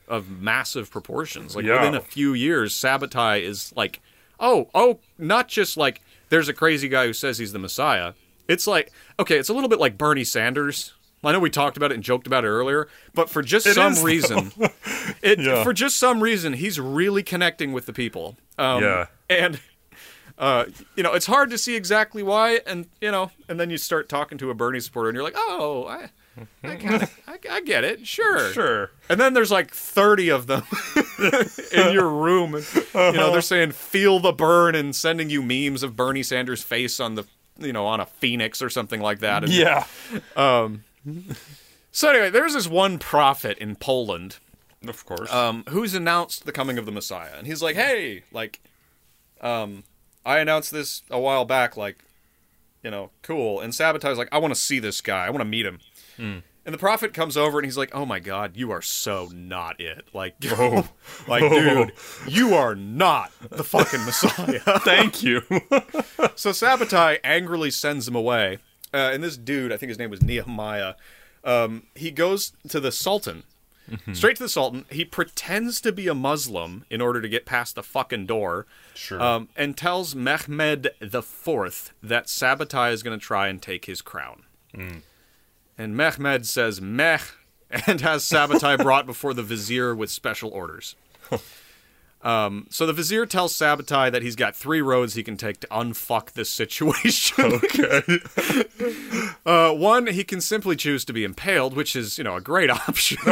Speaker 1: of massive proportions. Like
Speaker 2: Yeah.
Speaker 1: within a few years, Sabbatai is like, oh, oh, not just like there's a crazy guy who says he's the Messiah. It's like okay, it's a little bit like Bernie Sanders. I know we talked about it and joked about it earlier, but for just some
Speaker 2: is, though.
Speaker 1: reason, it,
Speaker 2: Yeah.
Speaker 1: for just some reason, he's really connecting with the people. Um,
Speaker 2: Yeah.
Speaker 1: and uh, you know, it's hard to see exactly why, and you know, and then you start talking to a Bernie supporter, and you're like, oh, I, I, kinda, I, I get it, sure,
Speaker 2: Sure.
Speaker 1: And then there's like 30 of them in your room, and you know, they're saying "feel the burn" and sending you memes of Bernie Sanders' face on the, you know, on a phoenix or something like that. And
Speaker 2: Yeah.
Speaker 1: So anyway, there's this one prophet in Poland
Speaker 2: Of course.
Speaker 1: um, who's announced the coming of the Messiah, and he's like, "Hey, like, um, I announced this a while back, like, you know, cool." And Sabotage's like, "I want to see this guy. I want to meet him." And the prophet comes over and he's like, "Oh my God, you are so not it. Like, like, dude, you are not the fucking Messiah."
Speaker 2: Thank you.
Speaker 1: so Sabbatai angrily sends him away, uh, and this dude, I think his name was Nehemiah, um, he goes to the Sultan, straight to the Sultan. He pretends to be a Muslim in order to get past the fucking door,
Speaker 2: Sure.
Speaker 1: um, and tells Mehmed the Fourth that Sabbatai is going to try and take his crown. And Mehmed says meh, and has Sabbatai brought before the vizier with special orders. So the vizier tells Sabbatai that he's got three roads he can take to unfuck this situation.
Speaker 2: okay.
Speaker 1: Uh, one, he can simply choose to be impaled, which is, you know, a great option.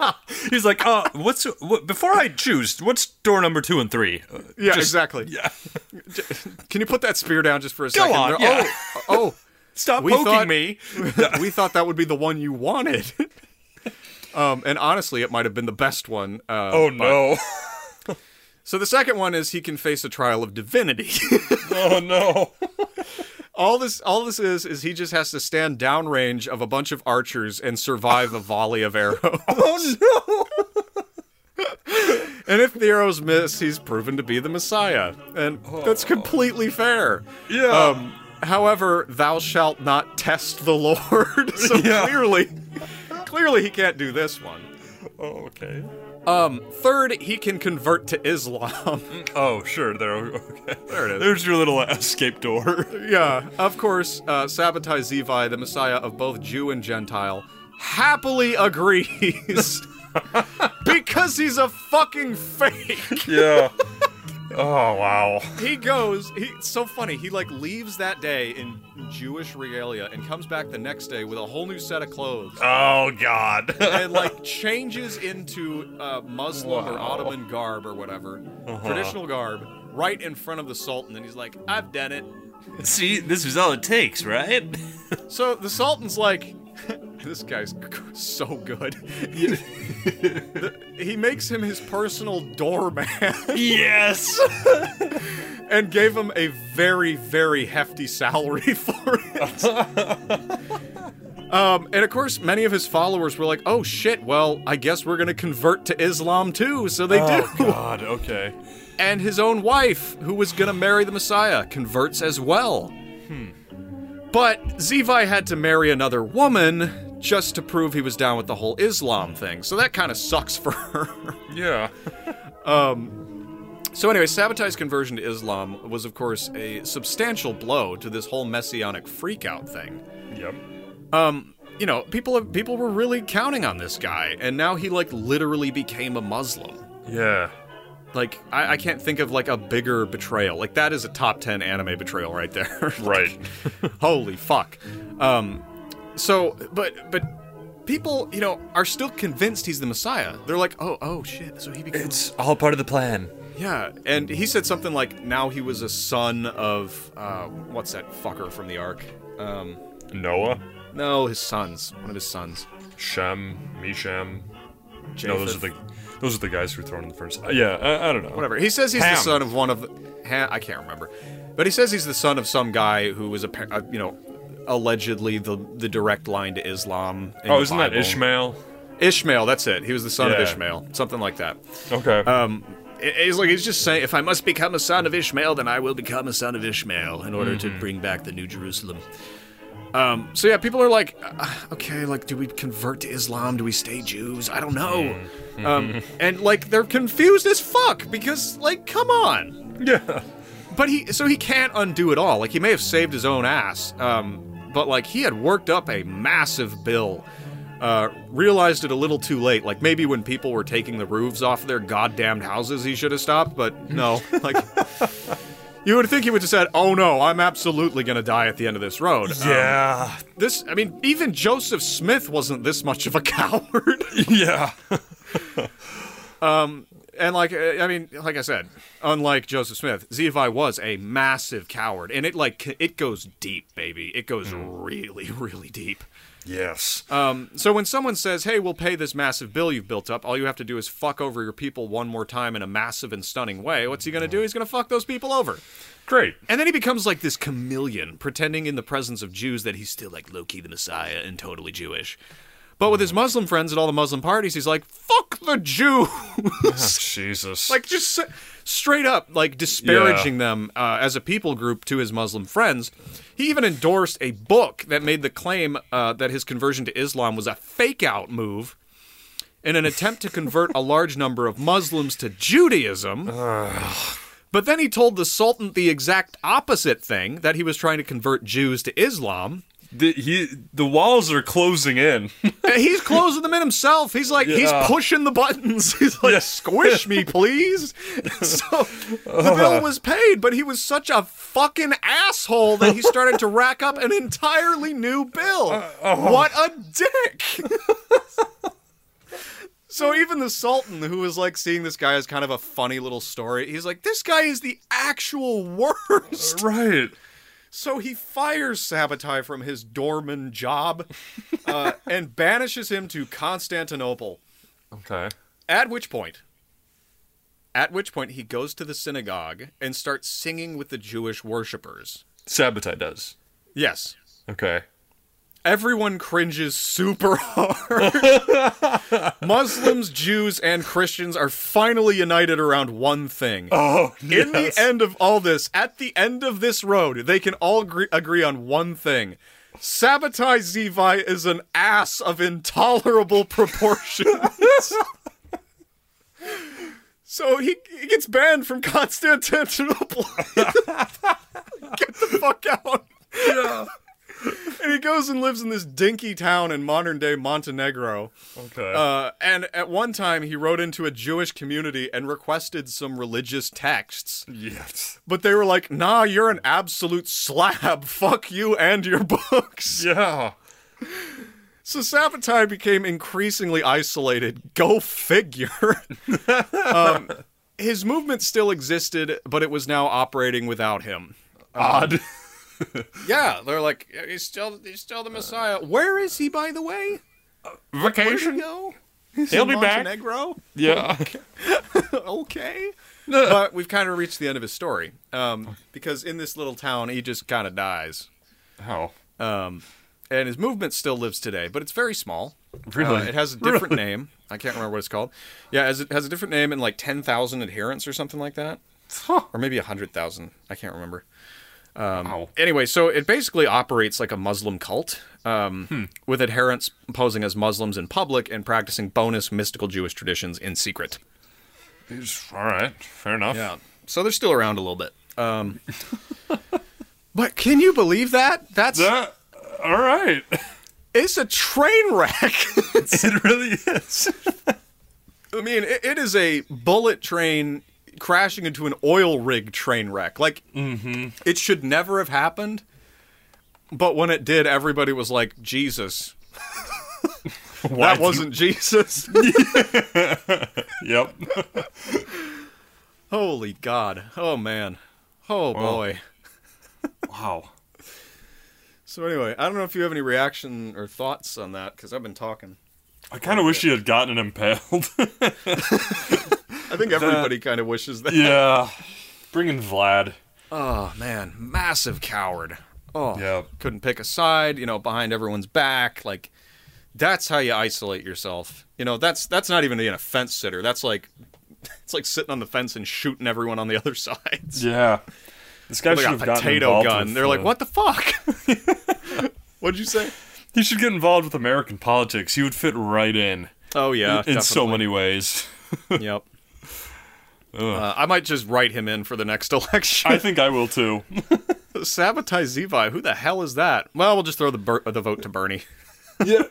Speaker 2: Oh, He's like, uh, what's what, before I choose? What's door number two and three? Uh,
Speaker 1: yeah,
Speaker 2: just-
Speaker 1: exactly.
Speaker 2: Yeah.
Speaker 1: Can you put that spear down just for a
Speaker 2: Go
Speaker 1: second?
Speaker 2: on,
Speaker 1: They're-
Speaker 2: yeah.
Speaker 1: Oh, oh,
Speaker 2: Stop
Speaker 1: We
Speaker 2: poking
Speaker 1: thought-
Speaker 2: me.
Speaker 1: we thought that would be the one you wanted. um, and honestly, it might have been the best one. Uh,
Speaker 2: Oh no.
Speaker 1: So the second one is he can face a trial of divinity.
Speaker 2: Oh no.
Speaker 1: all this, all this is, is he just has to stand downrange of a bunch of archers and survive a volley of arrows.
Speaker 2: Oh no.
Speaker 1: and if the arrows miss, he's proven to be the Messiah, and that's completely fair.
Speaker 2: Oh. Yeah.
Speaker 1: Um, however, thou shalt not test the Lord. so
Speaker 2: Yeah.
Speaker 1: clearly, clearly he can't do this one.
Speaker 2: oh, okay.
Speaker 1: Third, he can convert to Islam.
Speaker 2: Oh, sure. There. Okay.
Speaker 1: There it is.
Speaker 2: There's your little escape door.
Speaker 1: yeah, of course, uh, Sabbatai Zevi, the messiah of both Jew and Gentile, happily agrees. because he's a fucking fake.
Speaker 2: yeah. Oh wow.
Speaker 1: He goes, he, it's so funny, he like leaves that day in Jewish regalia and comes back the next day with a whole new set of clothes.
Speaker 2: Oh god.
Speaker 1: and like changes into uh, Muslim or Ottoman garb or whatever, traditional garb, right in front of the Sultan, and he's like, "I've done it."
Speaker 6: See, this is all it takes, right?
Speaker 1: So the Sultan's like, "This guy's g- so good." he makes him his personal doorman
Speaker 6: yes.
Speaker 1: and gave him a very, very hefty salary for it. Um, and of course, many of his followers were like, "Oh shit! Well, I guess we're gonna convert to Islam too." So they do.
Speaker 2: Oh god. Okay.
Speaker 1: and his own wife, who was going to marry the Messiah, converts as well. But Zevi had to marry another woman just to prove he was down with the whole Islam thing. So that kind of sucks for her.
Speaker 2: Yeah.
Speaker 1: So anyway, Sabbatai's conversion to Islam was, of course, a substantial blow to this whole messianic freakout thing.
Speaker 2: Yep.
Speaker 1: You know, people people were really counting on this guy, and now he like literally became a Muslim.
Speaker 2: Yeah.
Speaker 1: Like I, I can't think of like a bigger betrayal. Like that is a top ten anime betrayal right there.
Speaker 2: Right.
Speaker 1: holy fuck um so but but people you know are still convinced he's the messiah they're like oh oh shit so he became
Speaker 6: It's all part of the plan.
Speaker 1: yeah and he said something like now he was a son of uh what's that fucker from the ark um
Speaker 2: Noah,
Speaker 1: no his sons one of his sons
Speaker 2: Shem, Misham. No, those are
Speaker 1: Japheth,
Speaker 2: the those are the guys who were thrown in the first. Uh, yeah. I, I don't know.
Speaker 1: whatever he says he's
Speaker 2: Ham.
Speaker 1: the son of one of the, ha, i can't remember but he says he's the son of some guy who was a, par- uh, you know allegedly the the direct line to islam in
Speaker 2: Oh,
Speaker 1: the
Speaker 2: isn't that
Speaker 1: Bible.
Speaker 2: Ishmael?
Speaker 1: Ishmael, that's it. He was the son of
Speaker 2: Yeah.
Speaker 1: Ishmael, something like that.
Speaker 2: Okay.
Speaker 6: Uh,
Speaker 1: Um, it- it's like he's just saying, if I must become a son of Ishmael, then I will become a son of Ishmael in order to bring back the New Jerusalem. Um, so yeah, people are like, uh, okay, like, do we convert to Islam? Do we stay Jews? I don't know. Um, and like, they're confused as fuck because, like, come on.
Speaker 2: yeah.
Speaker 1: But he, so he can't undo it all. Like he may have saved his own ass, um, but like he had worked up a massive bill. Uh, realized it a little too late. Like maybe when people were taking the roofs off their goddamned houses, he should have stopped. But no, like you would think he would have said, "Oh no, I'm absolutely gonna die at the end of this road." Um,
Speaker 2: Yeah.
Speaker 1: this, I mean, even Joseph Smith wasn't this much of a coward.
Speaker 2: Um, yeah.
Speaker 1: and like uh, I mean, like I said, unlike Joseph Smith, Zevi was a massive coward, and it like c- it goes deep, baby. It goes really, really deep.
Speaker 2: Yes.
Speaker 6: Uh,
Speaker 1: So when someone says, "Hey, we'll pay this massive bill you've built up," all you have to do is fuck over your people one more time in a massive and stunning way. What's he gonna do? He's gonna fuck those people over,
Speaker 2: Great.
Speaker 1: and then he becomes like this chameleon, pretending in the presence of Jews that he's still like Loki the Messiah and totally Jewish. But with his Muslim friends at all the Muslim parties, he's like, "Fuck the Jew."
Speaker 6: Ah,
Speaker 2: Jesus.
Speaker 1: like just s- straight up like disparaging them uh, as a people group to his Muslim friends. He even endorsed a book that made the claim uh, that his conversion to Islam was a fake out move in an attempt to convert a large number of Muslims to Judaism. But then he told the Sultan the exact opposite thing that he was trying to convert Jews to Islam.
Speaker 2: the, he, the walls are closing in.
Speaker 1: And he's closing them in himself. He's like, he's
Speaker 2: Yeah.
Speaker 1: pushing the buttons. He's like,
Speaker 2: Yeah.
Speaker 1: squish me, please. so the
Speaker 2: Uh.
Speaker 1: bill was paid, but he was such a fucking asshole that he started to rack up an entirely new bill.
Speaker 2: Uh, oh.
Speaker 1: What a dick. So even the Sultan, who was like seeing this guy as kind of a funny little story, he's like, this guy is the actual worst.
Speaker 2: right.
Speaker 1: So he fires Sabbatai from his doorman job uh, and banishes him to Constantinople.
Speaker 2: Okay.
Speaker 1: At which point, at which point he goes to the synagogue and starts singing with the Jewish worshippers.
Speaker 2: Sabotai does.
Speaker 1: Yes.
Speaker 2: Okay.
Speaker 1: Everyone cringes super hard. Muslims, Jews, and Christians are finally united around one thing.
Speaker 2: Oh,
Speaker 1: In the end of all this, at the end of this road, they can all agree, agree on one thing. Sabotai Zevi is an ass of intolerable proportions. so he, he gets banned from Constantinople. Get the fuck out. And he goes and lives in this dinky town in modern day Montenegro.
Speaker 2: Okay.
Speaker 1: Uh, and at one time, he wrote into a Jewish community and requested some religious texts.
Speaker 2: yes.
Speaker 1: But they were like, nah, you're an absolute slab. Fuck you and your books.
Speaker 2: Yeah.
Speaker 1: So Sabbatai became increasingly isolated. Go figure. um, his movement still existed, but it was now operating without him.
Speaker 2: Odd.
Speaker 1: Um, Yeah, they're like, he's still, he's still the Messiah. Where is he, by the way?
Speaker 2: Vacation.
Speaker 1: No.
Speaker 2: He'll be back.
Speaker 1: Montenegro?
Speaker 2: Yeah.
Speaker 1: okay. but we've kind of reached the end of his story. Um, because in this little town, he just kind of dies.
Speaker 2: How?
Speaker 1: And his movement still lives today, but it's very small. Uh,
Speaker 2: Really?
Speaker 1: it has a different name. I can't remember what it's called. Yeah, as it has a different name and like 10,000 adherents or something like that. Or maybe 100,000. I can't remember.
Speaker 2: Wow.
Speaker 1: Anyway, so it basically operates like a Muslim cult, um,
Speaker 2: Hmm.
Speaker 1: with adherents posing as Muslims in public and practicing bonus mystical Jewish traditions in secret.
Speaker 2: He's- all right. Fair enough.
Speaker 1: Yeah. So they're still around a little bit. Um, but can you believe that? That's
Speaker 2: That- Uh, all right.
Speaker 1: it's a train wreck.
Speaker 2: it really is.
Speaker 1: I mean, it, it is a bullet train crashing into an oil rig train wreck. Like it should never have happened. But when it did, everybody was like, "Jesus, that wasn't Jesus."
Speaker 2: Yep.
Speaker 1: Holy God! Oh man! Oh boy!
Speaker 2: Wow.
Speaker 1: So anyway, I don't know if you have any reaction or thoughts on that because I've been talking.
Speaker 2: I kind of wish he had gotten it impaled.
Speaker 1: I think everybody kind of wishes that.
Speaker 2: yeah. Bring in Vlad.
Speaker 1: Oh man, massive coward. Oh,
Speaker 2: Yeah.
Speaker 1: couldn't pick a side. You know, behind everyone's back. Like, that's how you isolate yourself. You know, that's that's not even being a fence sitter. That's like, it's like sitting on the fence and shooting everyone on the other sides.
Speaker 2: Yeah. This guy
Speaker 1: Like
Speaker 2: should
Speaker 1: a
Speaker 2: have gotten
Speaker 1: potato
Speaker 2: involved
Speaker 1: gun.
Speaker 2: with,
Speaker 1: They're like,
Speaker 2: uh,
Speaker 1: what the fuck? What'd you say?
Speaker 2: He should get involved with American politics. He would fit right in
Speaker 1: Oh yeah,
Speaker 2: in so many ways.
Speaker 1: definitely. Yep. Uh, I might just write him in for the next election.
Speaker 2: I think I will too.
Speaker 1: Sabotai Zevi, who the hell is that? Well, we'll just throw the bur- the vote to Bernie.
Speaker 2: yeah.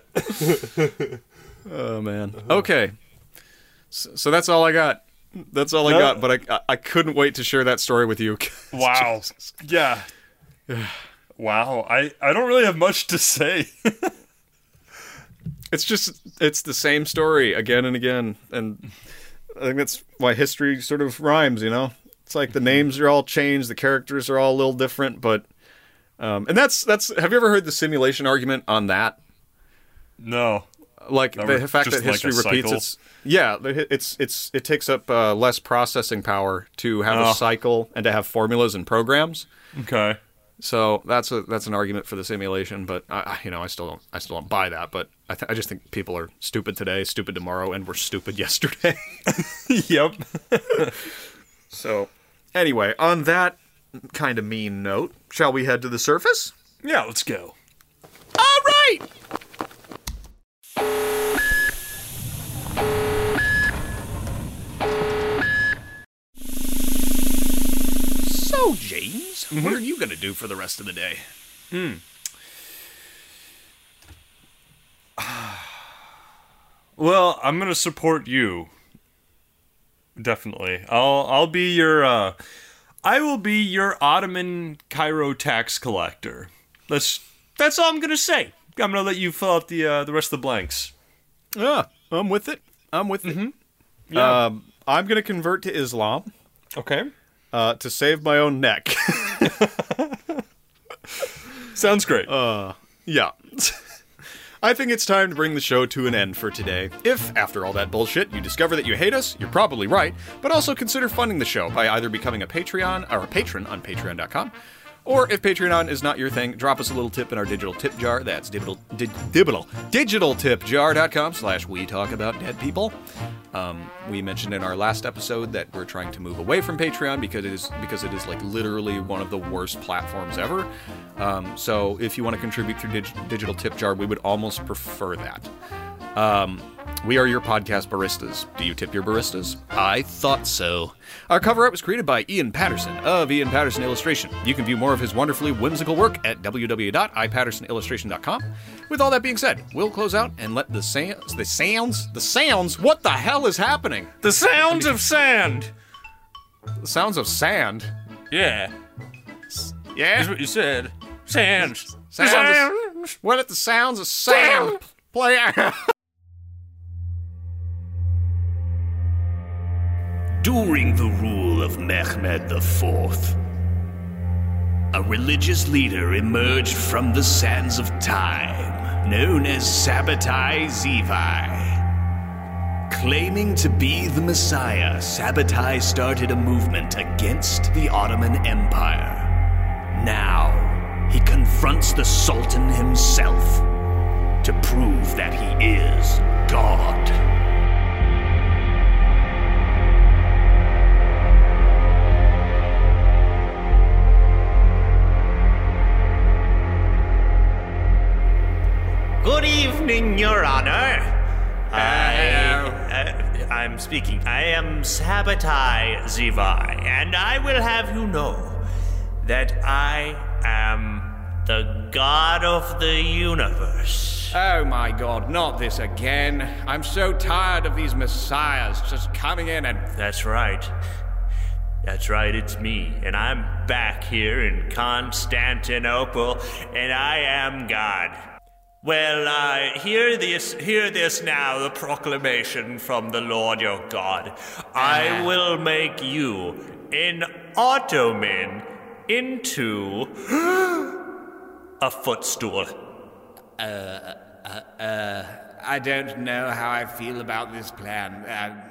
Speaker 1: Oh man. Okay. So, so that's all I got. That's all I
Speaker 2: No.
Speaker 1: got. But I, I I couldn't wait to share that story with you.
Speaker 2: Wow. Yeah. Wow. I, I don't really have much to say.
Speaker 1: It's just it's the same story again and again, and I think that's why history sort of rhymes. You know, it's like the names are all changed, the characters are all a little different, but um, and that's that's. Have you ever heard the simulation argument on that?
Speaker 2: no.
Speaker 1: like
Speaker 2: we're
Speaker 1: the fact
Speaker 2: just
Speaker 1: that
Speaker 2: like
Speaker 1: history
Speaker 2: a
Speaker 1: repeats
Speaker 2: cycle.
Speaker 1: its yeah the hi- it's it's it takes up uh, less processing power to have
Speaker 2: Oh.
Speaker 1: a cycle and to have formulas and programs
Speaker 2: Okay.
Speaker 1: so that's a that's an argument for the simulation but I, I you know i still don't i still don't buy that but I, th- I just think people are stupid today stupid tomorrow and we're stupid yesterday
Speaker 2: yep.
Speaker 1: so anyway on that kind of mean note shall we head to the surface
Speaker 2: Yeah, let's go.
Speaker 1: all right
Speaker 5: So, James,
Speaker 1: Mm-hmm.
Speaker 5: what are you going to do for the rest of the day?
Speaker 2: Well, I'm gonna support you. Definitely. I'll I'll be your uh I will be your Ottoman Cairo tax collector. That's that's all I'm gonna say. I'm gonna let you fill out the uh, the rest of the blanks.
Speaker 1: yeah Ah, i'm with it i'm with it
Speaker 5: Mm-hmm.
Speaker 1: um, i'm gonna convert to islam
Speaker 2: Okay.
Speaker 1: uh, to save my own neck.
Speaker 2: Sounds great.
Speaker 1: Yeah. I think it's time to bring the show to an end for today. If, after all that bullshit, you discover that you hate us, you're probably right, but also consider funding the show by either becoming a Patreon or a patron on patreon.com. Or if Patreon is not your thing, drop us a little tip in our digital tip jar. That's digital, di- digital, digitaltipjar.com slash we talk about dead people. Um, we mentioned in our last episode that we're trying to move away from Patreon because it is because it is like literally one of the worst platforms ever. Um, so if you want to contribute through dig- digital tip jar, we would almost prefer that. Um, we are your podcast baristas. Do you tip your baristas? I thought so. Our cover art was created by Ian Patterson of Ian Patterson Illustration. You can view more of his wonderfully whimsical work at www.ipattersonillustration.com. With all that being said, we'll close out and let the sounds, the sounds, the sounds, what the hell is happening?
Speaker 2: the sounds of sand.
Speaker 1: The sounds of sand.
Speaker 2: Yeah, that's
Speaker 1: Yeah.
Speaker 2: what you said. Sand.
Speaker 1: Sounds of-
Speaker 2: Sand.
Speaker 1: What if the sounds of sand play out?
Speaker 3: During the rule of Mehmed IV, a religious leader emerged from the sands of time, known as Sabbatai Zevi. Claiming to be the Messiah, Sabbatai started a movement against the Ottoman Empire. Now, he confronts the Sultan himself to prove that he is God.
Speaker 6: Good evening, Your Honor. I, uh, I'm speaking. I am Sabbatai Zevi, and I will have you know that I am the God of the universe.
Speaker 1: Oh my god, not this again. I'm so tired of these messiahs just coming in and.
Speaker 6: That's right. That's right, it's me, and I'm back here in Constantinople, and I am God. Well, uh, hear this, hear this now, the proclamation from the Lord your God. I will make you an Ottoman into a footstool.
Speaker 5: I don't know how I feel about this plan.
Speaker 1: Uh,
Speaker 5: Um,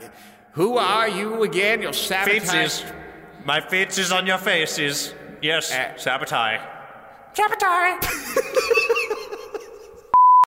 Speaker 5: who are you again? You're
Speaker 6: Faces.
Speaker 5: sabotaging.
Speaker 6: My faces on your faces. Yes,
Speaker 5: Uh,
Speaker 6: sabotage.